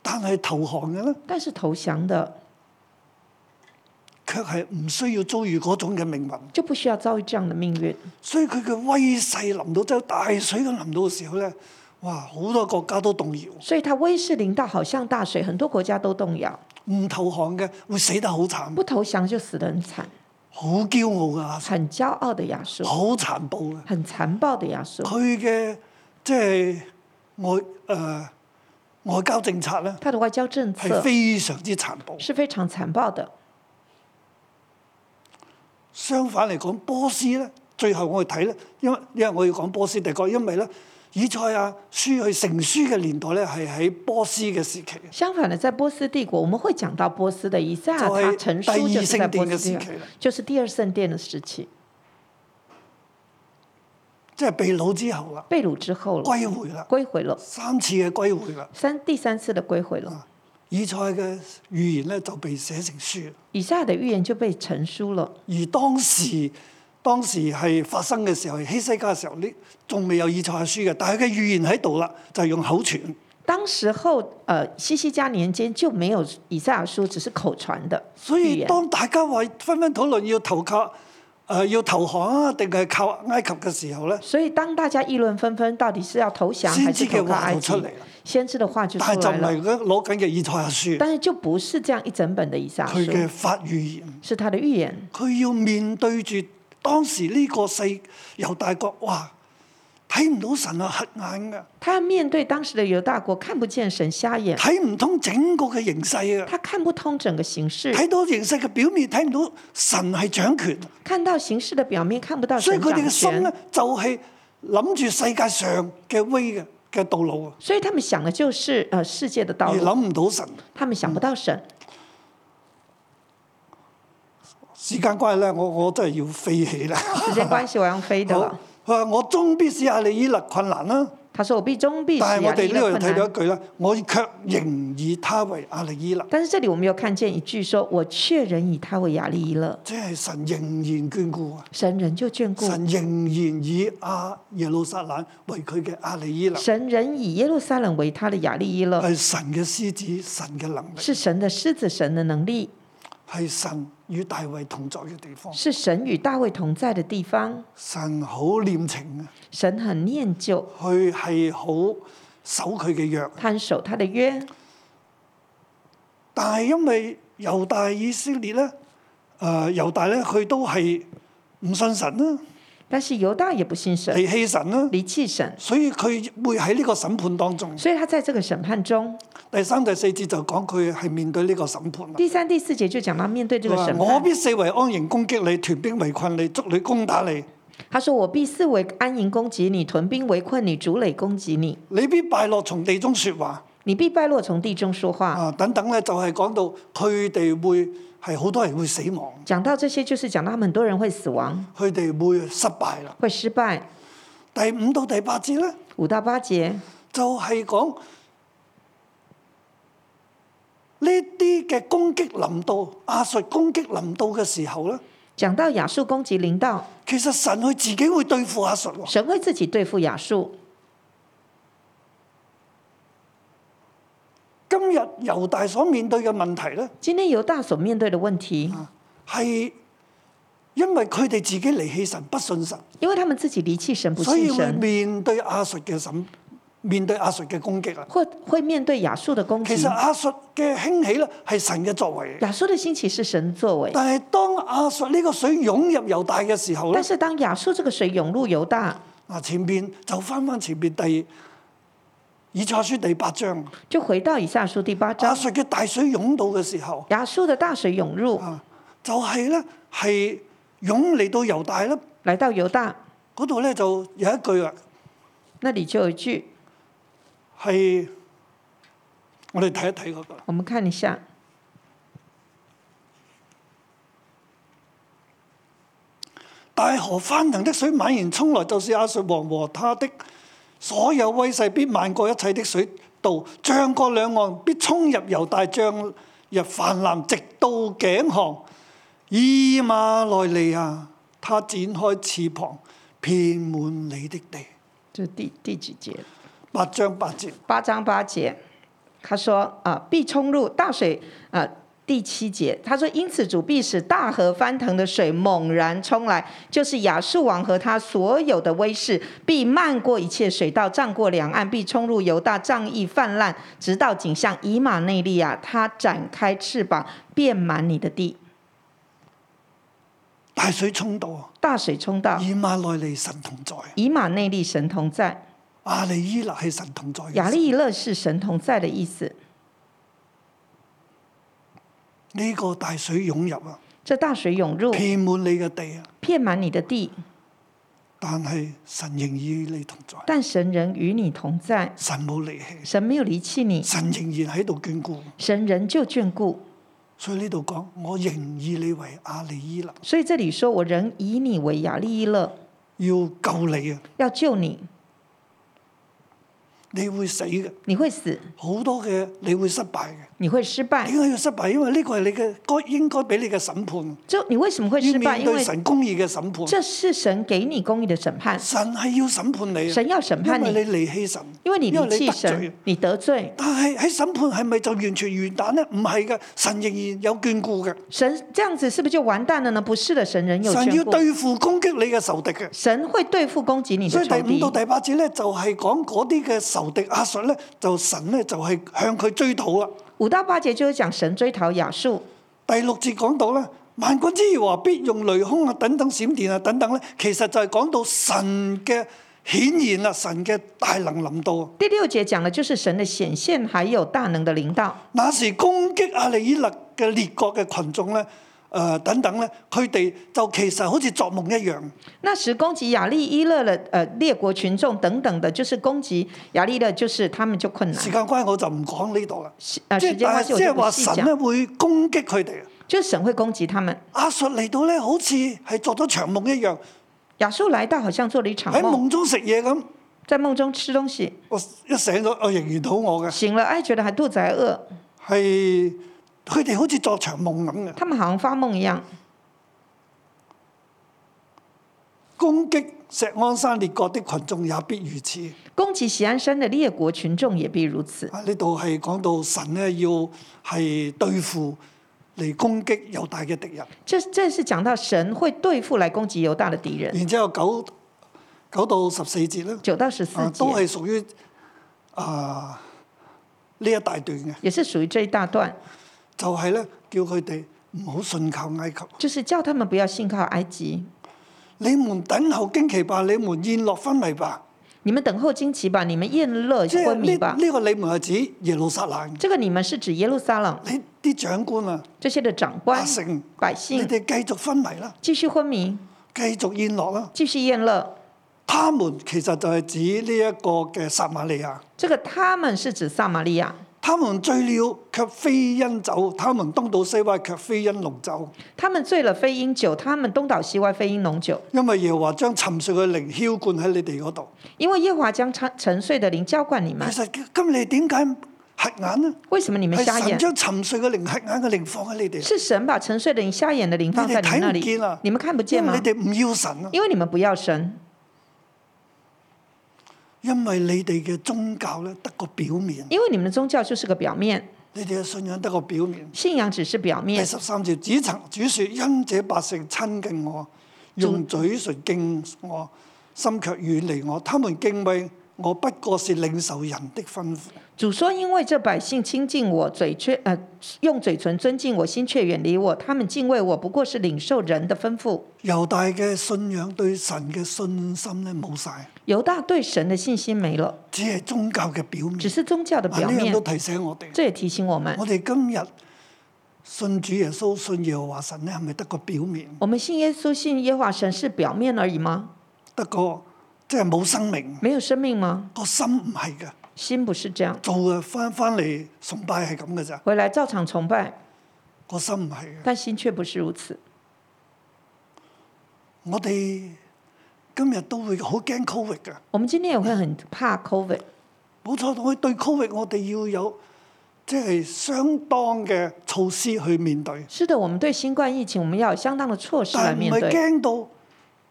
S2: 但係投降嘅咧，
S3: 但是投降的
S2: 卻係唔需要遭遇嗰種嘅命運。
S3: 就不需要遭遇这样的命运，
S2: 所以佢嘅威勢臨到，即係大水咁臨到嘅時候咧，哇！好多國家都動搖，
S3: 所以他威势凌到，好像大水，很多国家都动摇，
S2: 唔投降嘅會死得好慘，
S3: 不投降就死得很惨，
S2: 好驕傲㗎亞述，
S3: 很骄傲的亚述，
S2: 好殘暴嘅。
S3: 很残暴的亚述，
S2: 佢嘅即係外誒、呃外交政策咧，
S3: 他的外交政
S2: 係
S3: 策
S2: 非常之殘暴。
S3: 是非常残暴的。
S2: 相反嚟講，波斯咧，最後我哋睇咧，因為因為我要講波斯帝國，因為咧以賽亞書去成書嘅年代咧，係喺波斯嘅時期，
S3: 相反的，在波斯帝国，我们会讲到波斯的以赛亚，
S2: 就係
S3: 他成书就是在波斯
S2: 第二聖殿嘅
S3: 帝
S2: 時期
S3: 国
S2: 啦，
S3: 就是第二圣殿的时期，
S2: 即係被掳之後啦，
S3: 被掳之后了，
S2: 歸回啦，
S3: 归回了
S2: 三次嘅歸回啦。
S3: 三第三次的归回
S2: 啊
S3: 了，
S2: 以賽嘅預言咧就被寫成書，
S3: 以赛亚的预言就被成书了。
S2: 而當時當時係發生嘅時候，係希西家嘅時候，呢仲未有以賽亞書嘅，但係佢嘅預言喺度啦，就係用口傳。
S3: 当时候，呃，西西家年间就没有以赛亚书，只是口传的
S2: 所
S3: 预
S2: 以
S3: 言
S2: 當大家話紛紛討論要投靠誒、呃要投降啊，定係靠埃及嘅時候咧，
S3: 所以当大家议论纷纷，到底是要投降还
S2: 先知
S3: 是
S2: 嘅
S3: 投靠
S2: 話
S3: 埃
S2: 就
S3: 及
S2: 出嚟啦，
S3: 先知的话就
S2: 但係
S3: 出
S2: 就
S3: 来
S2: 唔
S3: 了，
S2: 係佢攞緊嘅以賽亞書，
S3: 但是就不是这样一整本的以赛亚
S2: 佢
S3: 书，
S2: 嘅法預言，
S3: 是他的预言。
S2: 佢要面對住當時呢個世猶大國，哇！睇唔到神啊，黑眼㗎，
S3: 他面对当时的犹大国，看不见神，瞎眼，
S2: 睇唔通整個嘅形勢啊，
S3: 他看不通整个形势，
S2: 睇到形勢嘅表面，睇唔到神係掌權，
S3: 看到形势的表面，看不到
S2: 所以
S3: 神
S2: 佢哋嘅心
S3: 掌
S2: 咧
S3: 权。
S2: 就係諗住世界上嘅威嘅嘅道路啊，
S3: 所以他们想的就是呃世界的道
S2: 而
S3: 路，
S2: 諗唔到神。
S3: 他们想不 到神。
S2: 時間關係咧，我我真係要飛起啦。
S3: 时间关系，我要用飞的
S2: 好
S3: 了。，
S2: 佢話我終必使亞利伊勒困難啦，
S3: 他说：“我必终必使啊
S2: 但係我
S3: 亚利
S2: 哋呢
S3: 勒
S2: 度
S3: 困
S2: 睇到一
S3: 难。
S2: 句啦，我卻仍以他為亞利伊勒”，
S3: 但是这里我们又看见一句说：“我确人以他为亚利勒，
S2: 即係神仍然眷顧啊，
S3: 神仍旧眷顾。
S2: 神仍然以亞耶路撒冷為佢嘅亞利伊勒，
S3: 神仍以耶路撒冷为他的亚利伊勒，
S2: 係神嘅獅子，神嘅能力，
S3: 是神的狮子，神的能力，
S2: 係神與大衛同在嘅地方，
S3: 是神与大卫同在的地方。
S2: 神好念情啊，
S3: 神很念旧，
S2: 佢係好守佢嘅約。
S3: 看守他的约。
S2: 但係因為猶大以色列咧，誒、呃、猶大咧，佢都係唔信神啦，
S3: 但是犹大也不信神，
S2: 離棄神啦，
S3: 离弃神，
S2: 所以佢會喺呢個審判當中。
S3: 所以他在这个审判中，
S2: 第三、第四節就講佢係面對呢個審判啦。
S3: 第三、第四节就讲到面对这
S2: 佢
S3: 个
S2: 話
S3: 审
S2: 我
S3: 判，
S2: 必四圍安營攻擊你，團兵圍困你，捉你攻打你，
S3: 他说：“我必四围安营攻击你，屯兵围困你，逐垒攻击你，
S2: 你必敗落從地中説話
S3: 你必败落从地中说话。
S2: 啊等等咧，就係、講到佢哋會係好多人會死亡，”
S3: 讲到这些，就是讲到他们很多人会死亡，
S2: 佢哋會失敗啦。
S3: 会失败。
S2: 第五到第八節咧。
S3: 五到八节，
S2: 就係講呢啲嘅攻擊臨到亞述攻擊臨到嘅時候咧，
S3: 讲到亚述攻击临到，
S2: 其實神佢自己會對付亞述喎。
S3: 神会自己对付亚述。
S2: 今日猶大所面對嘅問題咧，
S3: 今天犹大所面对的问题，
S2: 嗯係因為佢哋自己離棄神、不信神，
S3: 因为他们自己离弃神，不
S2: 所以
S3: 信
S2: 會
S3: 神，
S2: 面對亞述嘅審，面對亞述嘅攻擊啊。
S3: 会会面对亚述的攻
S2: 其
S3: 击
S2: 實。亞述嘅興起咧係神嘅作為嚟，
S3: 亚述的兴起是神作为，
S2: 但係當亞述呢個水湧入猶大嘅時候咧
S3: 但。是当亚述这个水涌入犹大，
S2: 嗱，前邊就翻翻前邊第以賽書第八章，
S3: 就回到以下书第八
S2: 亞
S3: 章，
S2: 述嘅大水湧到嘅時候，
S3: 亚述的大水涌入，
S2: 啊，就係咧係湧嚟到猶大啦，
S3: 来到犹大
S2: 嗰度咧就有一句啊，
S3: 那里就有一句，
S2: 係我哋睇一睇嗰、個，
S3: 我们看一下，
S2: 大河翻騰的水蔓延衝來，就是亞述王和他的所有威勢，必漫過一切的水，道，漲過兩岸，必衝入猶大，漲入泛濫，直到頸項。以馬內利啊，他展開翅膀，遍滿你的地。
S3: 这第第几节？
S2: 八章八節，
S3: 八章八节，他说啊，必冲入大水啊。第七节，他说：“因此主必使大河翻腾的水猛然冲来，就是亚述王和他所有的威势，必漫过一切水道，涨过两岸，必冲入犹大，仗义泛滥，直到景象以马内利亚，他展开翅膀，遍满你的地。
S2: 大水衝到啊，
S3: 大水冲到
S2: 以馬內利神同在，
S3: 以马内利，神同在。
S2: 亞利伊勒係神同在嘅
S3: 雅利勒是神同在的意思。
S2: 呢個大水湧入啊，
S3: 这大水涌入，
S2: 遍滿你嘅地啊！
S3: 遍满你的地，
S2: 但係神仍與你同在，
S3: 但神仍与你同在，
S2: 神冇離棄，
S3: 神没有离弃你，
S2: 神仍然喺度眷顧。
S3: 神仍旧眷顾。”
S2: 所以呢度講，我仍以你為亞利伊勒，
S3: 所以这里说我仍以你为雅利伊勒，
S2: 要救你啊！
S3: 要救你，
S2: 你會死嘅，
S3: 你會死，
S2: 好多嘅你會失敗嘅。
S3: 你會失敗
S2: 點。解要失敗？因為呢個係你嘅該應該俾你嘅審判，
S3: 就你为什么会
S2: 要
S3: 失敗？
S2: 面
S3: 因
S2: 對
S3: 为
S2: 神公義嘅審判。
S3: 这是神给你公义的审判，
S2: 神係要審判你啊，
S3: 神要审判
S2: 因
S3: 你，
S2: 為你離棄神，
S3: 因为你
S2: 因
S3: 离
S2: 為你
S3: 弃
S2: 得罪
S3: 神。，你得罪
S2: 但係喺審判係咪就完全完蛋呢？唔係嘅，神仍然有眷顧嘅。
S3: 神，这样子是不是就完蛋了呢？不是的，神仍有
S2: 神
S3: 眷
S2: 要
S3: 顾，
S2: 對付攻擊你嘅仇敵嘅。
S3: 神会对付攻擊你
S2: 所
S3: 的
S2: 以
S3: 仇
S2: 第五
S3: 敵
S2: 到。第八節咧，就係講嗰啲嘅仇敵阿述咧，就神咧就係向佢追討啦。啊
S3: 五到八节就是讲神追討亚述，
S2: 第六節講到咧，萬軍之耶和華必用雷轟啊、等等閃電啊、等等咧，其實就係講到神嘅顯現啊，神嘅大能臨到啊。
S3: 第六节讲的就是神的显现，还有大能的领导。
S2: 那時攻擊阿利伊勒嘅列國嘅群眾咧，誒、等等咧，佢哋就其實好似作夢一樣。
S3: 那时攻击雅利伊勒的呃列国群众等等的，就是攻击雅利勒，就是他们就困难
S2: 時。間關係我就唔講呢度啦。
S3: 时呃
S2: 即
S3: 时
S2: 係
S3: 间
S2: 但係
S3: 关
S2: 即
S3: 系，我就
S2: 係
S3: 不
S2: 話
S3: 细
S2: 啊神咧
S3: 讲。
S2: 會攻擊佢哋啊。
S3: 就是神会攻击他们。
S2: 阿述嚟到咧，好似係作咗長夢一樣，
S3: 亚述来到，好像做了一场
S2: 喺
S3: 梦，
S2: 夢中食嘢咁。
S3: 在梦中吃东西，
S2: 我一醒咗，我仍然肚餓嘅，
S3: 醒了哎，觉得还肚子还饿，
S2: 係佢哋好似作長夢咁嘅
S3: 他们好像发梦一样，
S2: 攻擊石安山列國的群眾也必如此。
S3: 攻击喜安山的列国群众也必如此。
S2: 啊，呢度係講到神咧要係對付嚟攻擊猶大嘅敵人，
S3: 这这是讲到神会对付来攻击犹大的敌人。
S2: 然之後九九到十四節咧，
S3: 九到十四
S2: 啊
S3: 节
S2: 都係屬於啊呢一大段嘅，
S3: 也是属于这一大段，
S2: 就係、咧叫佢哋唔好信靠埃及。
S3: 就是叫他们不要信靠埃及，
S2: 你們等候驚奇吧，你們宴樂昏迷吧。
S3: 你们等候惊奇吧，你们宴乐
S2: 即係
S3: 昏迷吧
S2: 呢。呢個你們係指耶路撒冷，
S3: 这个你们是指耶路撒冷
S2: 你啲長官啊、
S3: 这些的长
S2: 百
S3: 官、
S2: 姓，
S3: 百
S2: 你
S3: 姓
S2: 哋繼續昏迷啦，
S3: 继续昏迷，
S2: 繼續宴樂啦。
S3: 继续宴乐。
S2: 他們其實就係指呢一個嘅撒瑪利亞。
S3: 这个他们是指撒玛利亚，
S2: 他們醉了，卻非因酒；他們東倒西歪，卻非因濃酒。
S3: 他们醉了非因酒，他們東倒西歪非因濃酒，
S2: 因為耶和華將沉睡嘅靈澆灌喺你哋嗰度。
S3: 因為耶和華將沉沉睡的靈浇灌你
S2: 其
S3: 們。
S2: 實今你點解瞎眼呢？
S3: 為什麼你們瞎
S2: 係神
S3: 眼？
S2: 將沉睡嘅靈、瞎眼嘅靈放喺你哋，啊
S3: 是神把沉睡的靈、瞎眼的靈放在你們那
S2: 你哋睇唔見啊
S3: 裡，你們看不見
S2: 因為
S3: 嗎
S2: 你？哋唔要神啊！
S3: 因為你們不要神，
S2: 因為你哋嘅宗教咧得個表面，
S3: 因為你們的宗教就是個表面，
S2: 你哋嘅信仰得個表面。
S3: 信仰只是表
S2: 第
S3: 面。
S2: 十三節，只曾主説：因這百姓親近我，用嘴唇敬我，心卻遠離我。他們敬畏我，不過是領受人的吩咐。
S3: 主說：因為這百姓親近我，嘴却呃用嘴唇尊敬我，心却遠離我。他們敬畏我，不過是領受人的吩咐。
S2: 猶大嘅信仰對神嘅信心咧冇晒，
S3: 猶大對神的信心沒了，
S2: 只係宗教嘅表面。
S3: 只是宗教的
S2: 啊
S3: 表
S2: 呢樣都
S3: 面。
S2: 提醒我哋，
S3: 這也提醒我們。
S2: 我哋今日信主耶穌、信耶和華神咧，係咪得個表面，
S3: 我们信耶稣、信耶和华神是表面而已吗？
S2: 得個即係冇生命？
S3: 没有生命吗？
S2: 個心唔係嘅，
S3: 心不是这样，
S2: 做嘅翻翻嚟崇拜係咁嘅咋，
S3: 回来照常崇拜，
S2: 個心唔係嘅。
S3: 但心却不是如此。
S2: 我哋今日都會好驚 Covid 嘅，
S3: 我们今天也会很怕 COVID，
S2: 冇錯，我對 Covid 我哋要有即係相當嘅措施去面對，
S3: 是的，我们对新冠疫情，我们要有相当的措施来
S2: 但係
S3: 面
S2: 唔係
S3: 对，
S2: 驚到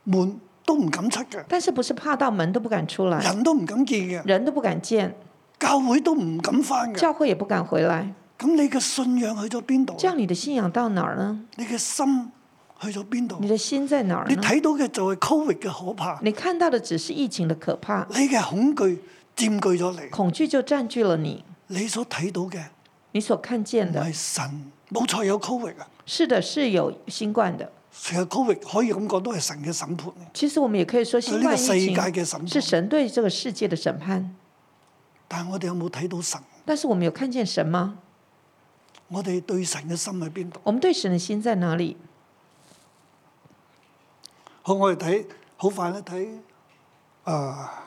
S2: 門都唔敢出嘅，
S3: 但是不是怕到门都不敢出来，
S2: 人都唔敢見嘅，
S3: 人都不敢见，
S2: 教會都唔敢翻嘅。
S3: 教会也不敢回来，
S2: 咁你嘅信仰去咗邊度？
S3: 这样你的信仰到哪儿呢？
S2: 你嘅心去咗邊度
S3: 你？的心在哪儿
S2: 哦你
S3: 呢？
S2: 睇到嘅就係 Covid 嘅可怕，
S3: 你看到的只是疫情的可怕，
S2: 你嘅恐懼佔據咗你，
S3: 恐惧就占据了你。
S2: 你所睇到嘅
S3: 你所看
S2: 唔
S3: 见的
S2: 係神，冇錯有 Covid 啊。
S3: 是的，是有新冠的。
S2: 其實 Covid 可以咁講都係神嘅審判，
S3: 其实我们也可以说，
S2: 對
S3: 新
S2: 呢個
S3: 冠
S2: 世
S3: 疫
S2: 界
S3: 情
S2: 嘅審
S3: 是
S2: 判。
S3: 神对这个世界的审判。
S2: 但係我哋有冇睇到神？
S3: 但是我们有看见神吗？
S2: 我哋對神嘅心喺邊度？
S3: 我们对神的心在哪里？
S2: 好，我哋睇好快咧，睇啊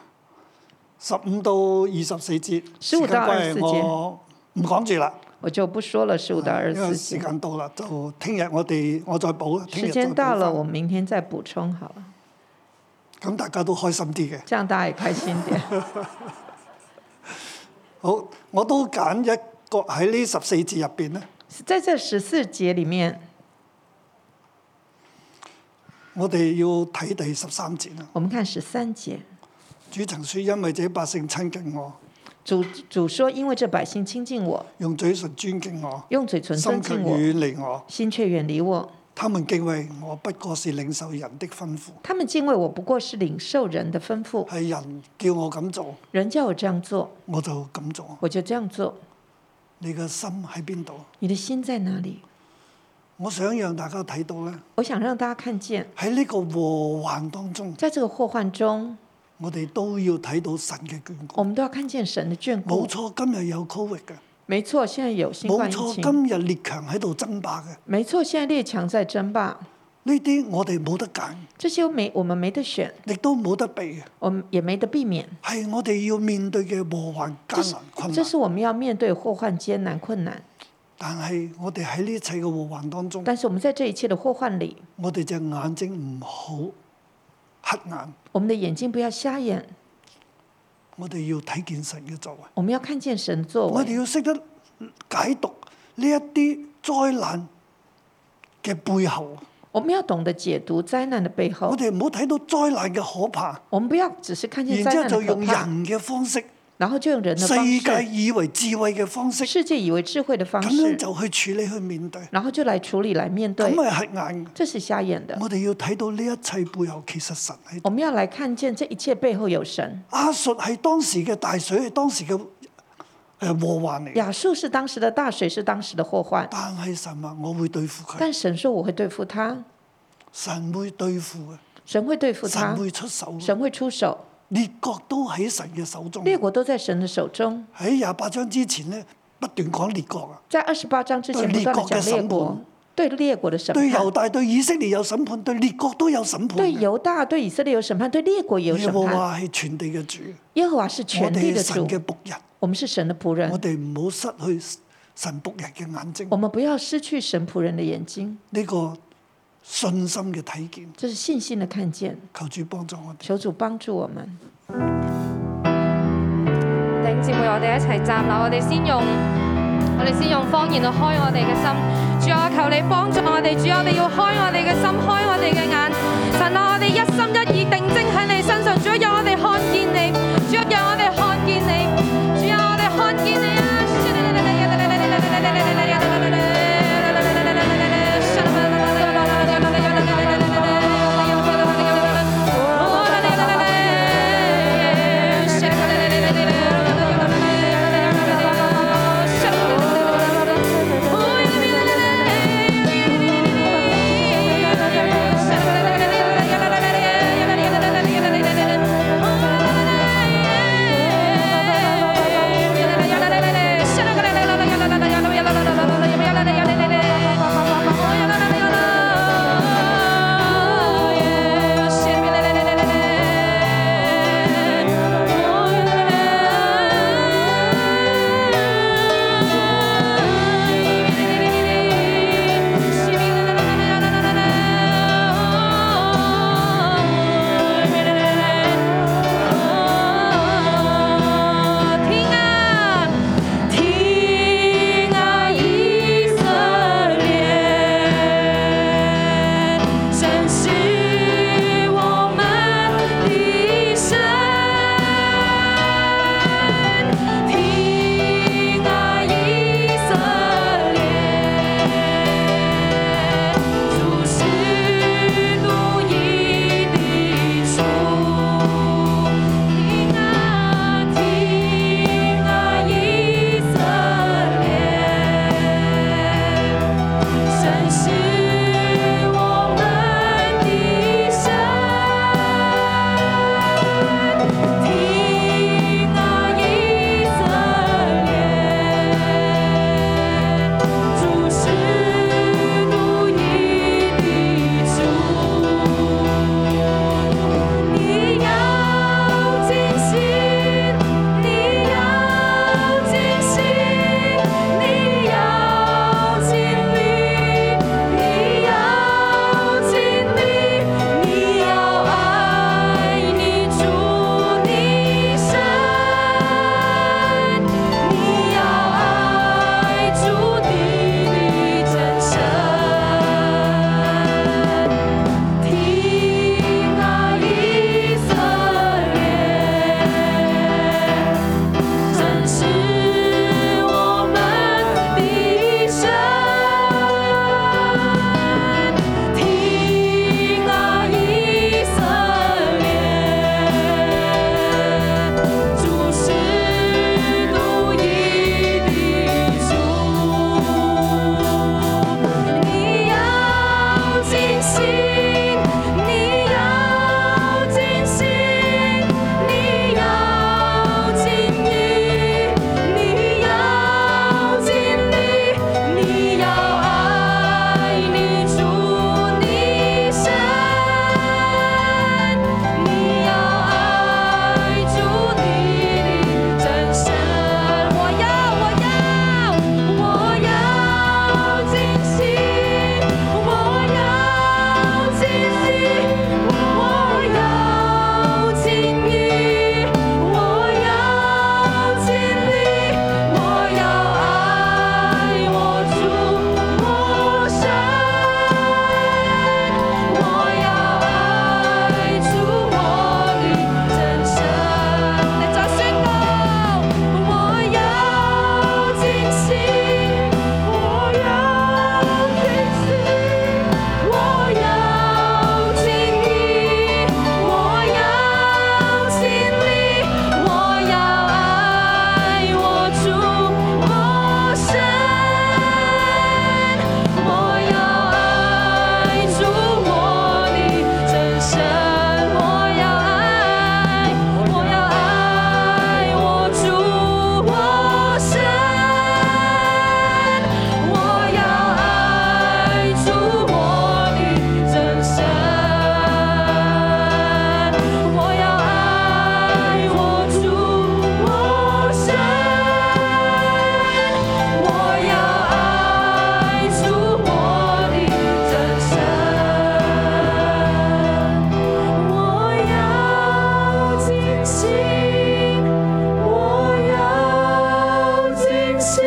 S2: 十五到二十四節，時
S3: 15
S2: 間
S3: 到
S2: 關
S3: 24
S2: 係
S3: 節
S2: 我唔講住啦，
S3: 我就不说了，十五到二
S2: 因為
S3: 十
S2: 時
S3: 四。
S2: 間到啦，就聽日我哋我再補啦。聽日
S3: 时
S2: 再
S3: 间到
S2: 補
S3: 了，
S2: 返
S3: 我明天再补充好了，
S2: 咁大家都開心啲嘅。
S3: 这样大家也开心 点。
S2: 好，我都揀一個喺呢十四節入邊咧，
S3: 在这十四节里面，
S2: 我哋要睇第十三節啦。
S3: 我们看十三节，
S2: 主曾説：因為這百姓親近我，
S3: 主主说：“因为这百姓亲近我，
S2: 用嘴唇尊敬我，
S3: 用嘴唇尊
S2: 心卻
S3: 敬我，
S2: 遠離我。
S3: 心却远离我。
S2: 他們敬畏我，不過是領受人的吩咐，
S3: 他们敬畏我，不过是领受人的吩咐。
S2: 係人叫我咁做，
S3: 人叫我这样做，
S2: 我就咁做。
S3: 我就这样做。
S2: 你嘅心喺邊度？
S3: 你的心在哪里？
S2: 我想讓大家睇到咧，
S3: 我想让大家看见，
S2: 喺呢個禍患當中，
S3: 在这个祸患中，
S2: 我哋都要睇到神嘅眷顧。
S3: 我们都要看见神的眷
S2: 冇
S3: 顾。
S2: 錯，今日有 Covid 嘅，
S3: 没错，现在有新
S2: 冇
S3: 冠疫
S2: 錯，
S3: 情，
S2: 今日列強喺度爭霸嘅，
S3: 没错，现在列强在争霸，
S2: 呢啲我哋冇得揀，
S3: 这些没我们没得选，
S2: 亦都冇得避嘅，
S3: 我们也没得避免。
S2: 係我哋要面對嘅禍患艱難困
S3: 这
S2: 難。
S3: 是我们要面对祸患艰难困难，
S2: 但係我哋喺呢一切嘅禍患當中，
S3: 但是我们在这一切的祸患里，
S2: 我哋隻眼睛唔好黑眼，
S3: 我们的眼睛不要瞎眼，
S2: 我哋要睇見神嘅作為。
S3: 我们要看见神作
S2: 我哋
S3: 为，
S2: 要識得解讀呢一啲災難嘅背後，
S3: 我们要懂得解读灾难的背后
S2: 我。哋唔好睇到災難嘅可怕，
S3: 我们不要只是看见
S2: 然
S3: 灾
S2: 之
S3: 难
S2: 後
S3: 的
S2: 就
S3: 可
S2: 用
S3: 怕，
S2: 人嘅方式、
S3: 然后就用人的方
S2: 世界
S3: 式、
S2: 以為智慧嘅方式，
S3: 世界以为智慧的方
S2: 咁樣
S3: 式，
S2: 就去處理去面對，
S3: 然后就来处理、来面
S2: 咁
S3: 对，
S2: 係黑眼嘅。
S3: 这是瞎眼的。
S2: 我哋要睇到呢一切背後，其實神喺度。
S3: 我们要来看见这一切背后有神。
S2: 阿述係當時嘅大水，係當時嘅誒禍患嚟嘅，
S3: 亚述是当时的大水，是当时的祸患，
S2: 但係神話我會對付佢，
S3: 但神说我会对付他，
S2: 神會對付嘅，
S3: 神会对付他
S2: 神，會出手嘅，
S3: 神会出手。
S2: 列國都喺神嘅手中。
S3: 列国都在神的手中。
S2: 喺廿八章之前咧，不斷講列國啊，
S3: 在二十八章之前
S2: 对
S3: 不断的
S2: 列国
S3: 讲
S2: 的
S3: 列
S2: 审
S3: 国
S2: 判，
S3: 对列国的审
S2: 對
S3: 判
S2: 猶，大、對以色列有審判，對列國都有審判
S3: 对
S2: 嘅。
S3: 犹大、对以色列有审判，对列国也有
S2: 耶
S3: 审
S2: 和
S3: 判。
S2: 華係全地嘅主，
S3: 耶和华是
S2: 我
S3: 全地
S2: 哋
S3: 的
S2: 係神
S3: 主，
S2: 嘅仆人，
S3: 我们是神的仆
S2: 我
S3: 人，
S2: 哋唔好失去神仆人嘅眼睛。
S3: 我们不要失去神仆人的眼睛，
S2: 呢個信心嘅睇見，
S3: 这是信心的看见。
S2: 求主幫助我哋。
S3: 求主帮助我们。
S4: 弟兄姊妹，我哋一齊站立，我哋先用我哋先用方言去開我哋嘅心。主啊，求你幫助我哋，主啊，我哋要開我哋嘅心，開我哋嘅眼。神啊，我哋一心一意定睛喺你身上，主啊，讓我哋看見你，主啊，讓我哋看見你，主啊，我哋看見你啊！啊线，你有战线，你有战意，你有战力，你有爱，你主你神，你有爱，主你的真神，我要，我要，我要尽心，我要尽心，我要尽意，我要尽力，我要爱我主我神。我要爱主我的真神，你再宣告，我要尽心，我要尽心，我要尽意，我要尽力，我要爱我主我神。我要爱主我的真神，我要爱，我要爱我主我神，我要爱主我的真神，我要爱我主我神。我要爱主我的真神，我要尽心，我要尽心，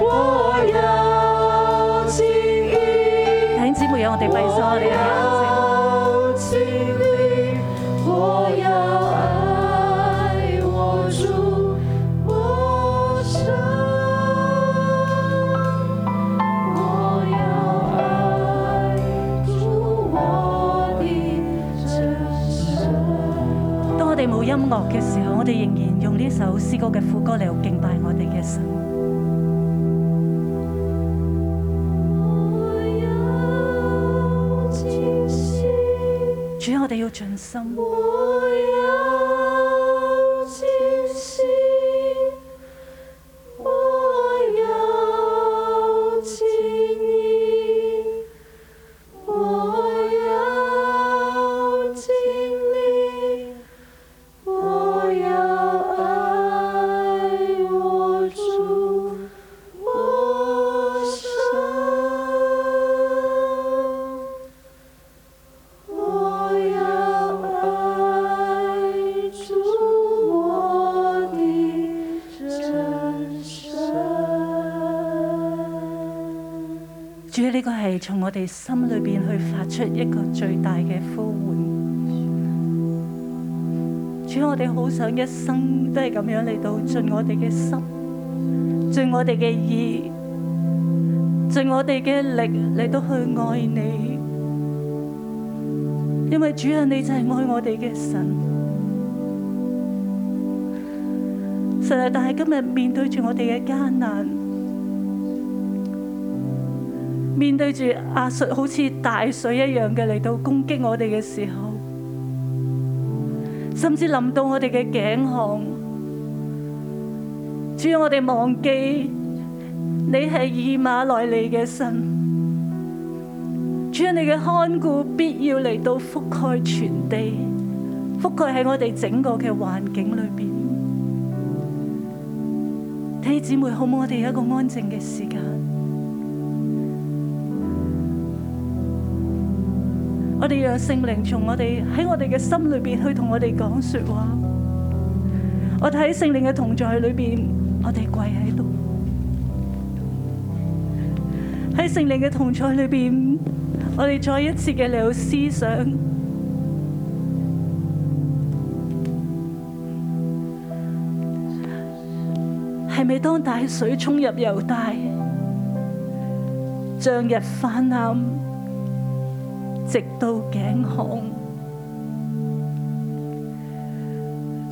S4: 我要尽意。
S5: 弟兄姊妹，讓我哋閉鎖我哋嘅眼睛。
S4: 我要尽力，我要爱我主我神，我要爱主我的真神。
S5: 當我哋冇音樂嘅時候，我哋仍然用呢首詩歌嘅副歌嚟敬拜我哋嘅神。
S4: 我要尽心，
S5: 主，我哋要盡心，
S4: 我要尽心，我要尽意，我要尽力，我要爱我主我神。我要爱主我的真神。
S5: 主呢個係從我哋心裏邊去發出一個最大嘅呼喚。主，我哋好想一生都係咁樣嚟到盡我哋嘅心，盡我哋嘅意，盡我哋嘅力嚟到去愛你。因為主啊，你就係愛我哋嘅神。實在，但係今日面對住我哋嘅艱難。面對住阿術好似大水一樣嘅嚟到攻擊我哋嘅時候，甚至淋到我哋嘅頸項，主要我哋忘記你係以馬內利嘅神，主要你嘅看顧必要嚟到覆蓋全地，覆蓋喺我哋整個嘅環境裏邊。弟兄姊妹，好唔好？我哋有一個安靜嘅時間。我哋讓聖靈從我哋喺我哋嘅心裏邊去同我哋講說話。我哋喺聖靈嘅同在裏邊，我哋跪喺度。喺聖靈嘅同在裏邊，我哋再一次嘅嚟到思想。係咪當大水沖入猶大，像日泛濫？直到頸項。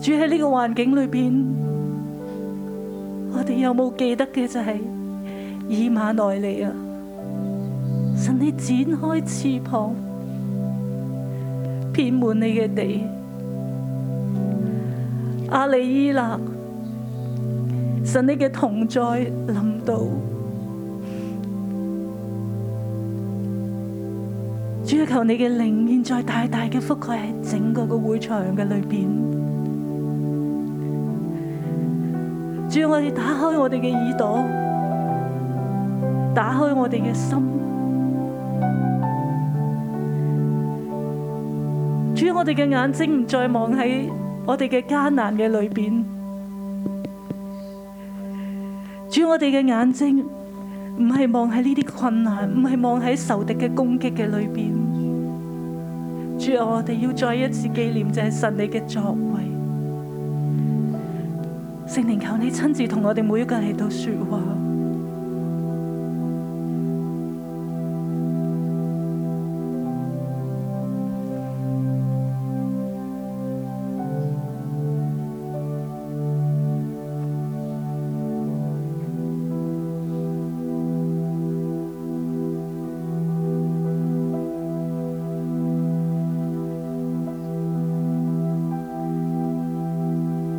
S5: 住喺呢個環境裏邊，我哋有冇記得嘅就係以馬內利啊？神你展开翅膀，遍满你嘅地。阿里伊勒，神你嘅同在临到，主啊，求你嘅灵现在大大嘅覆盖喺整个嘅会场嘅里边。主啊，我哋打开我哋嘅耳朵，打开我哋嘅心。主，我哋嘅眼睛唔再望喺我哋嘅艱難嘅裏邊。主，我哋嘅眼睛唔係望喺呢啲困難，唔係望喺仇敵嘅攻擊嘅裏邊。主啊，我哋要再一次紀念就係神你嘅作為。聖靈，求你親自同我哋每一個人嚟到説話。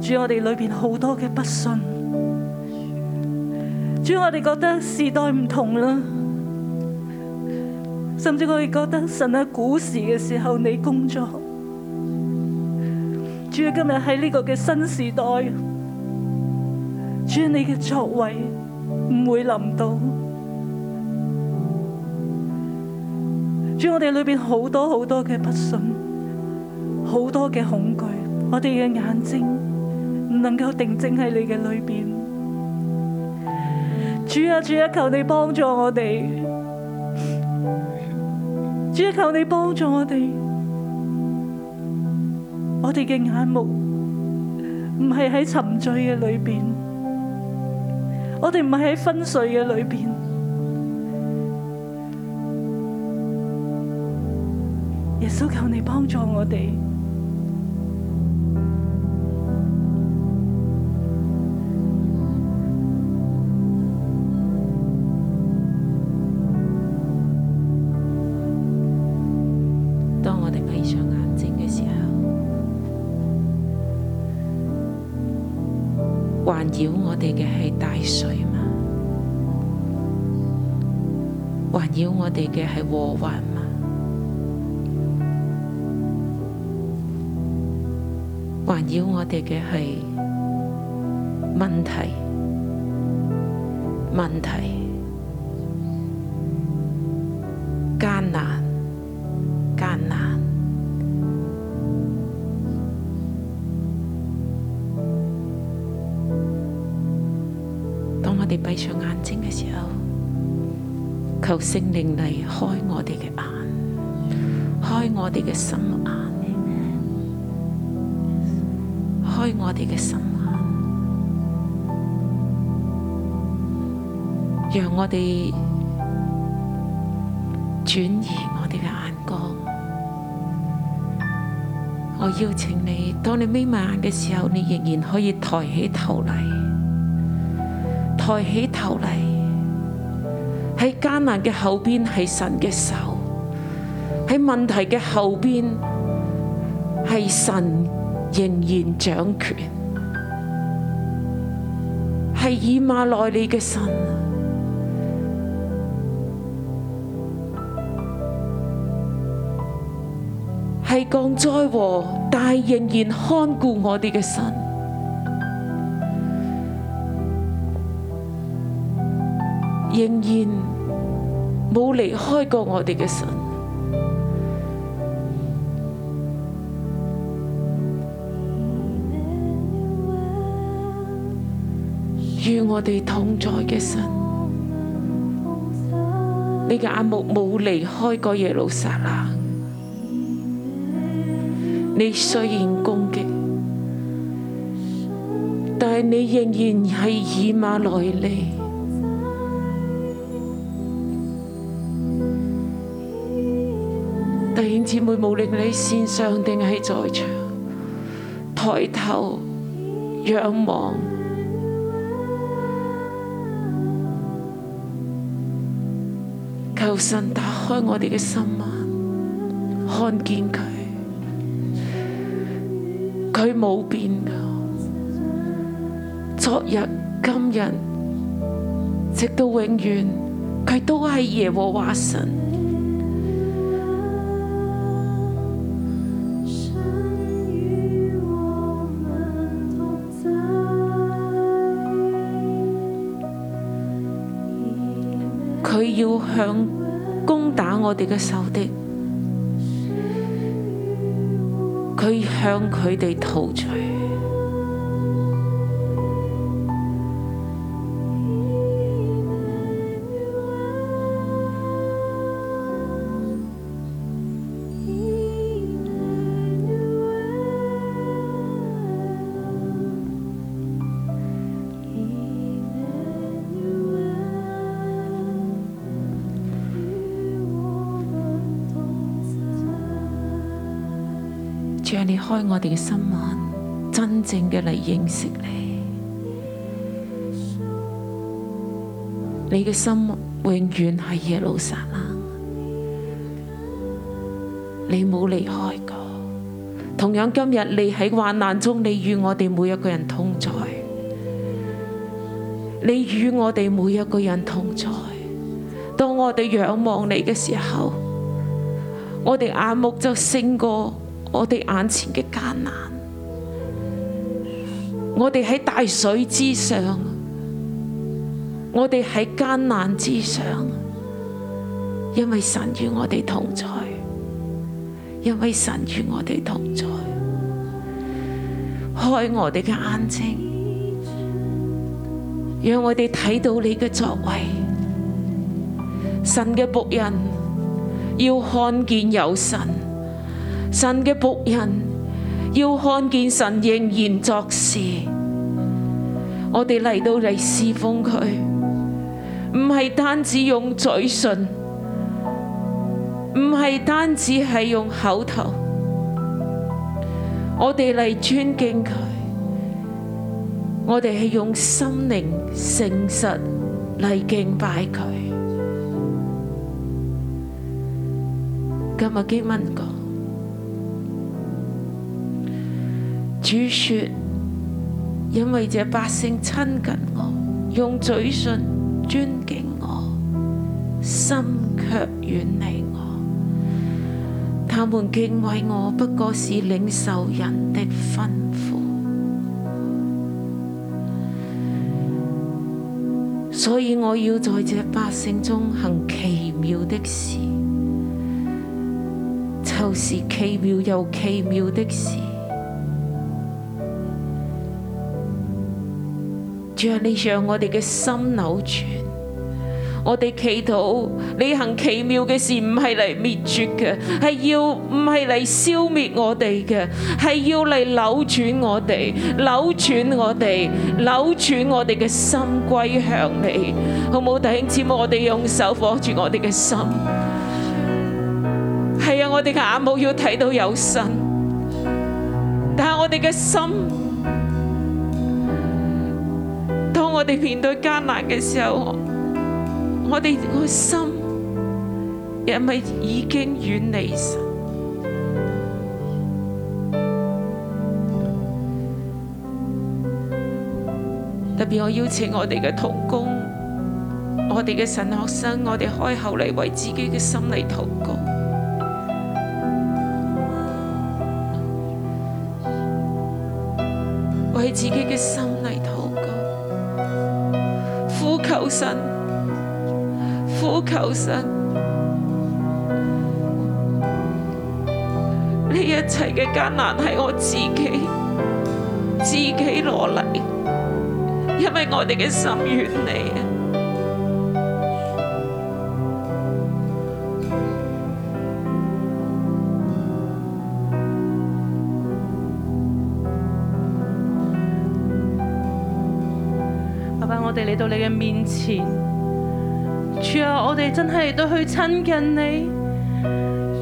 S5: 主，我哋裏边好多嘅不信。主，我哋覺得時代唔同啦，甚至我哋覺得神喺古時嘅時候你工作。主，今日喺呢個嘅新時代，主你嘅作為唔會臨到。主，我哋裏边好多好多嘅不信，好多嘅恐懼，我哋嘅眼睛。唔能夠定睛喺你嘅裏邊。主啊，主啊，求你幫助我哋。主啊，求你幫助我哋。我哋嘅眼目唔係喺沉醉嘅裏邊，我哋唔係喺昏睡嘅裏邊。耶穌，求你幫助我哋。
S6: 當我哋閉上眼睛嘅時候，環繞我哋嘅係大水嘛，環繞我哋嘅係禍患嘛。環繞我哋嘅係問題，問題，艱難。艱難。當我哋閉上眼睛嘅時候，求聖靈嚟開我哋嘅眼，開我哋嘅心眼，開我哋嘅心眼，讓我哋轉移我哋嘅眼光。我邀請你，當你眯埋眼嘅時候，你仍然可以抬起頭嚟，抬起頭嚟。喺艱難嘅後邊係神嘅手，喺問題嘅後邊係神仍然掌權，係以馬內利嘅神。係降災禍，但係仍然看顧我哋嘅神。仍然冇離開過我哋嘅神，與我哋同在嘅神，你嘅眼目冇離開過耶路撒冷。你雖然攻擊，但係你仍然係以馬內利。弟兄姊妹，無論你線上定係在場，抬頭仰望，求求神打開我哋嘅心眼，看見佢，佢冇變噶。昨日、今日，直到永遠，佢都係耶和華神。佢要向攻打我哋嘅仇敵，佢向佢哋逃罪。主啊，你開我哋嘅心眼，真正嘅嚟認識你。你嘅心永遠喺耶路撒冷，你冇離開過。同樣今日你喺患難中，你與我哋每一個人同在，你與我哋每一個人同在。當我哋仰望你嘅時候，我哋眼目就勝過我哋眼前嘅艱難。我哋喺大水之上，我哋喺艱難之上，因為神與我哋同在，因為神與我哋同在，開我哋嘅眼睛，讓我哋睇到你嘅作為。神嘅仆人要看見有神。神嘅仆人要看見神仍然作事，我哋嚟到嚟侍奉佢，唔係單止用嘴唇，唔係單止係用口頭，我哋嚟尊敬佢，我哋係用心靈誠實嚟敬拜佢。今日經文講。主說：因為這百姓親近我，用嘴唇尊敬我，心卻遠離我。他們敬畏我，不過是領受人的吩咐。所以我要在這百姓中行奇妙的事，就是奇妙又奇妙的事。主啊，你讓我哋嘅心扭轉，我哋祈禱你行奇妙嘅事，唔係嚟滅絕嘅，係要唔係嚟消滅我哋嘅，係要嚟扭轉我哋，扭轉我哋，扭轉我哋嘅心歸向你，好冇弟兄姊妹？我哋用手火住我哋嘅心，係啊，我哋嘅眼目要睇到有神，但係我哋嘅心。當我哋面對艱難嘅時候，我哋個心係咪已經遠離神？特別我邀請我哋嘅同工、我哋嘅神學生，我哋開口嚟為自己嘅心嚟禱告。為自己嘅心嚟禱告。呼求神，呼求神，呢一切嘅艱難係我自己自己攞嚟，因為我哋嘅心遠離啊！
S5: 爸爸，我哋嚟到你嘅面前，主啊，我哋真係嚟到去親近你，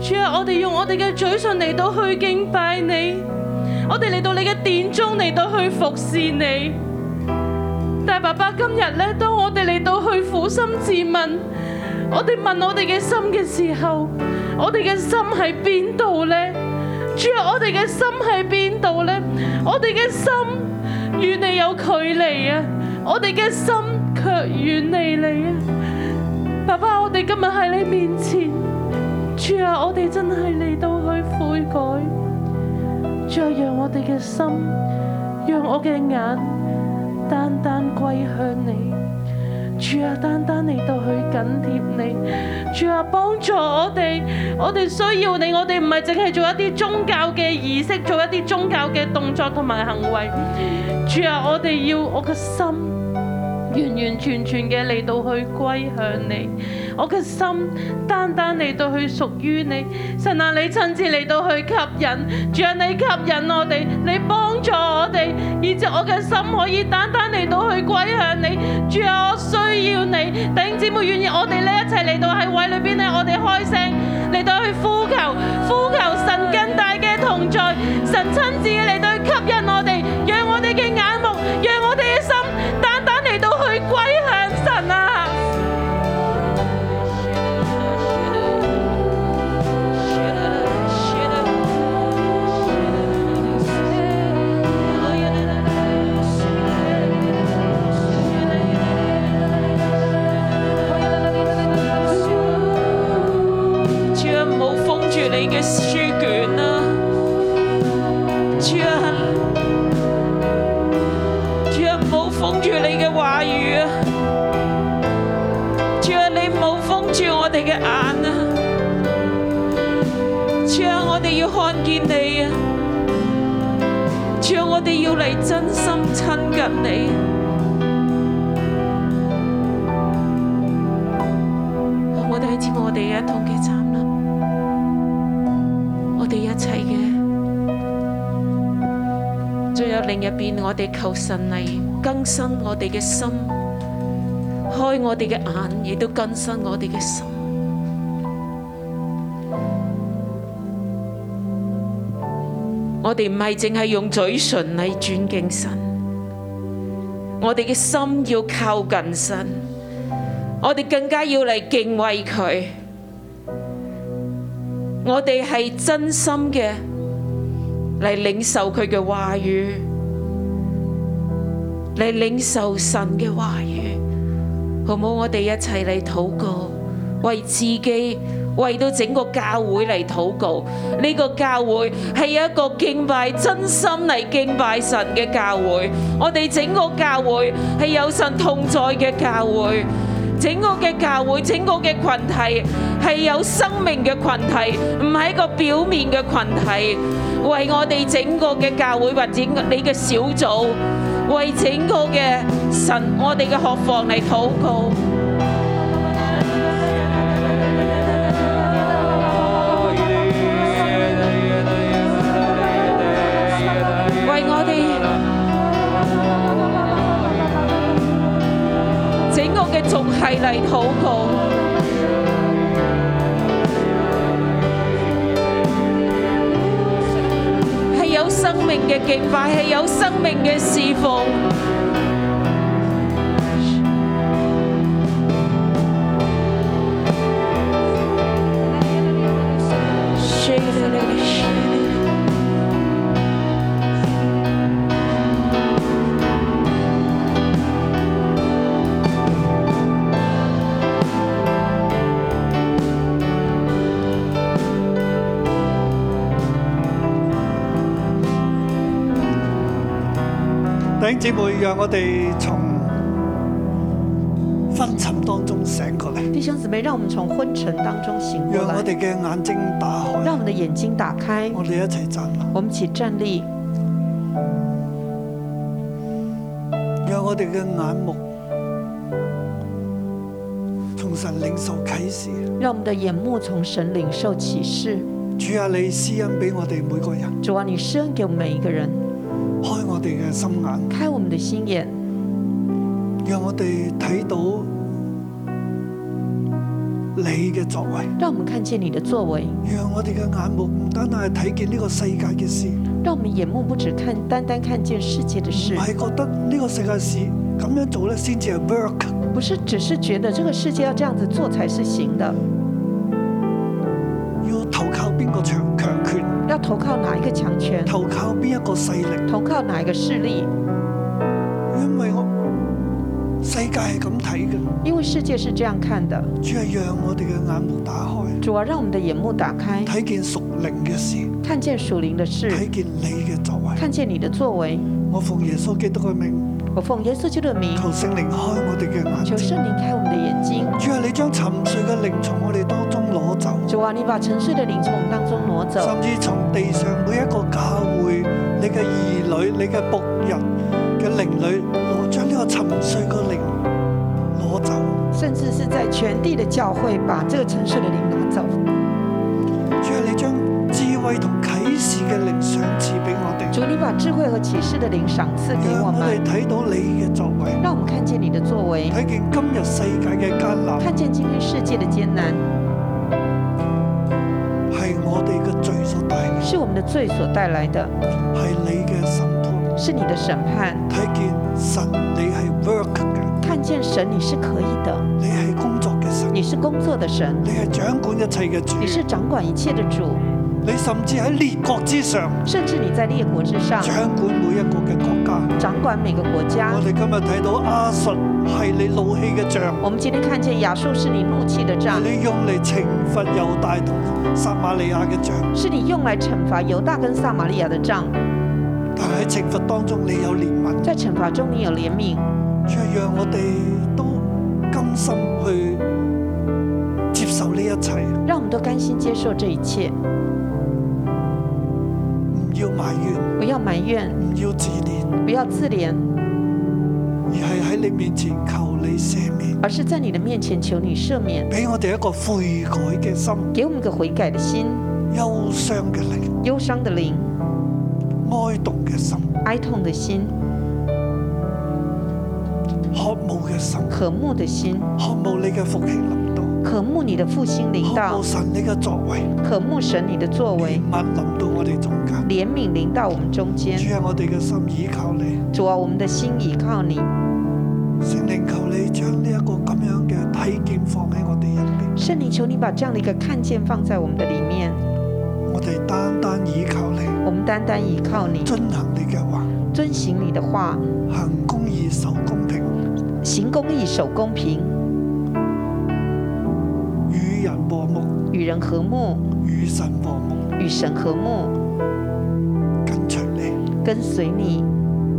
S5: 主啊，我哋用我哋嘅嘴唇嚟到去敬拜你，我哋嚟到你嘅殿中嚟到去服侍你。但係爸爸今日咧，當我哋嚟到去苦心自問，
S4: 我哋問我哋嘅心嘅時候，我哋嘅心喺邊度呢？主啊，我哋嘅心喺邊度呢？我哋嘅心與你有距離啊！我哋嘅心卻遠離你啊！爸爸，我哋今日喺你面前，主啊，我哋真係嚟到去悔改，主啊，讓我哋嘅心，讓我嘅眼，單單歸向你。主啊，單單嚟到去緊貼你，主啊，幫助我哋，我哋需要你，我哋唔係淨係做一啲宗教嘅儀式，做一啲宗教嘅動作同埋行為。主啊，我哋要我嘅心完完全全嘅嚟到去歸向你，我嘅心單單嚟到去屬於你。神啊，你親自嚟到去吸引，主啊，你吸引我哋，你幫助我哋，以致我嘅心可以單單嚟到去歸向你。主啊，我需要你，弟兄姊妹願意我哋呢一齊嚟到喺位裏邊咧，我哋開聲嚟到去呼求，呼求神更大嘅同在，神親自嘅嚟到去吸引我哋，讓我哋嘅眼目，讓我哋嘅心單單嚟到去歸向神啊！
S6: 主啊，唔好封住你嘅書卷啊！主啊，主啊，唔好封住你嘅話語啊！主啊，你唔好封住我哋嘅眼啊！主啊，我哋要看見你啊！主啊，我哋要嚟真心親近你。好，我哋喺節目，我哋一同嘅站立，我哋一齊嘅。仲有另一邊，我哋求神嚟更新我哋嘅心，開我哋嘅眼，亦都更新我哋嘅心。我哋唔係淨係用嘴唇嚟尊敬神，我哋嘅心要靠近神。我哋更加要嚟敬畏佢。我哋係真心嘅嚟領受佢嘅話語，嚟領受神嘅話語，好唔好？我哋一齊嚟禱告，為自己，為到整個教會嚟禱告。呢、個教會係一個敬拜、真心嚟敬拜神嘅教會。我哋整個教會係有神同在嘅教會。整個嘅教會，整個嘅群體係有生命嘅群體，唔係一個表面嘅群體。為我哋整個嘅教會或者你嘅小組，為整個嘅神，我哋嘅學房嚟禱告。為我哋。整個嘅族系嚟禱告。係有生命嘅敬拜，係有生命嘅侍奉。
S2: 弟兄姊妹，讓我哋從昏沉當中醒過嚟，
S3: 弟兄姊妹，讓我們從昏沉當中醒過
S2: 讓
S3: 來
S2: 我，哋嘅眼睛打
S3: 讓我
S2: 開，
S3: 們的眼睛打開，
S2: 我哋一齊站立，
S3: 我們一起站立，
S2: 讓我哋嘅眼目從神領受啟示。
S3: 让我们的眼目从神领受启示。
S2: 主啊，你施恩俾我哋每個人，
S3: 主啊，你施恩给我们每一個人，
S2: 開我哋嘅心眼，
S3: 開我們的心眼，
S2: 讓我哋睇到你嘅作為，
S3: 讓我們看見你的作為，
S2: 讓我哋嘅眼目唔單單係睇見呢個世界嘅事，唔
S3: 让我們眼目不只看單單看見世界的事，
S2: 係覺得呢個世界事咁樣做咧先至係 work。
S3: 不是只是觉得这个世界要这样子做才是行的，
S2: 要投靠邊個強強權，
S3: 要投靠哪一个强权，
S2: 投靠邊一個勢力，
S3: 投靠哪一个势力，
S2: 因為我世界係咁睇嘅。
S3: 因为世界是这样看的。
S2: 主係讓我哋嘅眼目打開，
S3: 主啊，让我们的眼目打开，
S2: 睇見屬靈嘅事，
S3: 看见属灵的事
S2: 睇，見你嘅作為。
S3: 看见你的作为。
S2: 我奉耶穌基督嘅名，
S3: 我奉耶稣基督的名，
S2: 求聖靈開我哋嘅眼
S3: 求
S2: 睛。
S3: 圣灵开我们的眼睛。
S2: 主啊係你將沉睡嘅靈從我哋當中攞走，
S3: 主啊，你把沉睡的灵从我们当中挪走，
S2: 甚至從地上每一個教會、你嘅兒女、你嘅仆人嘅靈裏攞，將呢個沉睡嘅靈攞走。
S3: 甚至是在全地的教会把这个沉睡的灵拿走。
S2: 主係你將智慧同啟示嘅靈賞賜俾我哋，
S3: 主，你把智慧和启示的灵赏赐给
S2: 讓
S3: 我
S2: 我
S3: 们
S2: 哋，睇到你嘅作為。
S3: 让我们看见你的作为，
S2: 睇見今日世界嘅艱難
S3: 看见今天世界的艰难
S2: 係我哋嘅罪所帶嚟，
S3: 是我们的罪所带来的，
S2: 係你嘅審判。
S3: 是你的审判。
S2: 睇見神你係 work 嘅，
S3: 看见神，你是可以的，
S2: 你係工作嘅神，
S3: 你是工作的神，
S2: 你係掌管一切嘅主，
S3: 你是掌管一切的主，
S2: 你甚至喺列國之上
S3: 甚至你在列国之上
S2: 掌管每一個嘅國家。
S3: 掌管每个国家
S2: 我。哋今日睇到阿述係你怒氣嘅杖，
S3: 我们今天看见亚述是你怒气的杖，
S2: 係你用嚟懲罰猶大同撒瑪利亞嘅杖，
S3: 是你用来惩罚犹大跟撒玛利亚的杖，
S2: 但係喺懲罰當中你有憐憫，
S3: 在惩罚中你有怜悯，
S2: 主係讓我哋都甘心去接受呢一切。
S3: 让我们都甘心接受这一切，
S2: 唔要埋怨，
S3: 不要埋怨，
S2: 唔要自憐，
S3: 不要自怜，
S2: 而係喺你面前求你赦免，
S3: 而是在你的面前求你赦免，
S2: 俾我哋一個悔改嘅心、
S3: 给我们一个悔改的心、
S2: 憂傷嘅靈、
S3: 忧伤的灵、
S2: 哀慟嘅心、
S3: 哀痛的心、
S2: 渴慕嘅心，
S3: 渴慕的心，
S2: 渴慕你嘅復興臨到，
S3: 渴慕你的复兴临
S2: 渴
S3: 到
S2: 慕，神你嘅作為，
S3: 渴慕神你的作为
S2: 憐，憫臨到我哋中間。
S3: 怜悯临到我们中间。
S2: 主啊，我哋嘅心倚靠你，
S3: 主啊，我们的心倚靠你，
S2: 聖靈求你將呢一個咁樣嘅睇見放喺我哋入邊，
S3: 圣灵，求你把这样的一个看见放在我们的里面，
S2: 我哋單單倚靠你，
S3: 我们单单倚靠你，
S2: 遵行你嘅話，
S3: 遵行你的话，
S2: 行公義，守公平，
S3: 行公义，守公平，
S2: 與人和睦，
S3: 与人和睦，
S2: 與神和睦。
S3: 与神和睦，
S2: 跟隨你，
S3: 跟随你，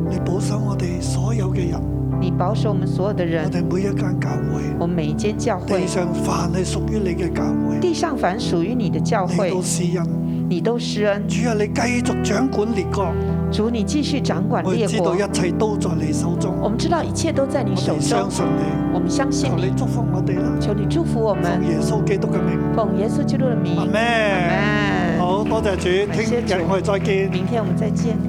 S2: 你保守我哋所有嘅人，
S3: 你保守我们所有的
S2: 我
S3: 人，
S2: 哋每一間教會，
S3: 我们每一间教会
S2: 地，上凡係屬於你嘅教會，
S3: 地上凡属于你的教
S2: 你
S3: 会
S2: 到，施恩。
S3: 你都施恩。
S2: 主啊，你繼續掌管列國，
S3: 主，你继续掌管
S2: 我哋
S3: 列
S2: 知道
S3: 国。
S2: 一切都在你手中，
S3: 我们知道一切都在你
S2: 我
S3: 手
S2: 哋
S3: 中
S2: 相，信你，
S3: 我们相信
S2: 求
S3: 你
S2: 你。祝福我哋啦，
S3: 求你祝福我们
S2: 奉，耶穌基督嘅名，
S3: 奉耶稣基督的名
S2: 阿，
S3: 阿
S2: 咩？
S3: 门。
S2: 好多謝主，
S3: 感謝
S2: 聽日
S3: 主
S2: 我哋再見。
S3: 明天我们再见。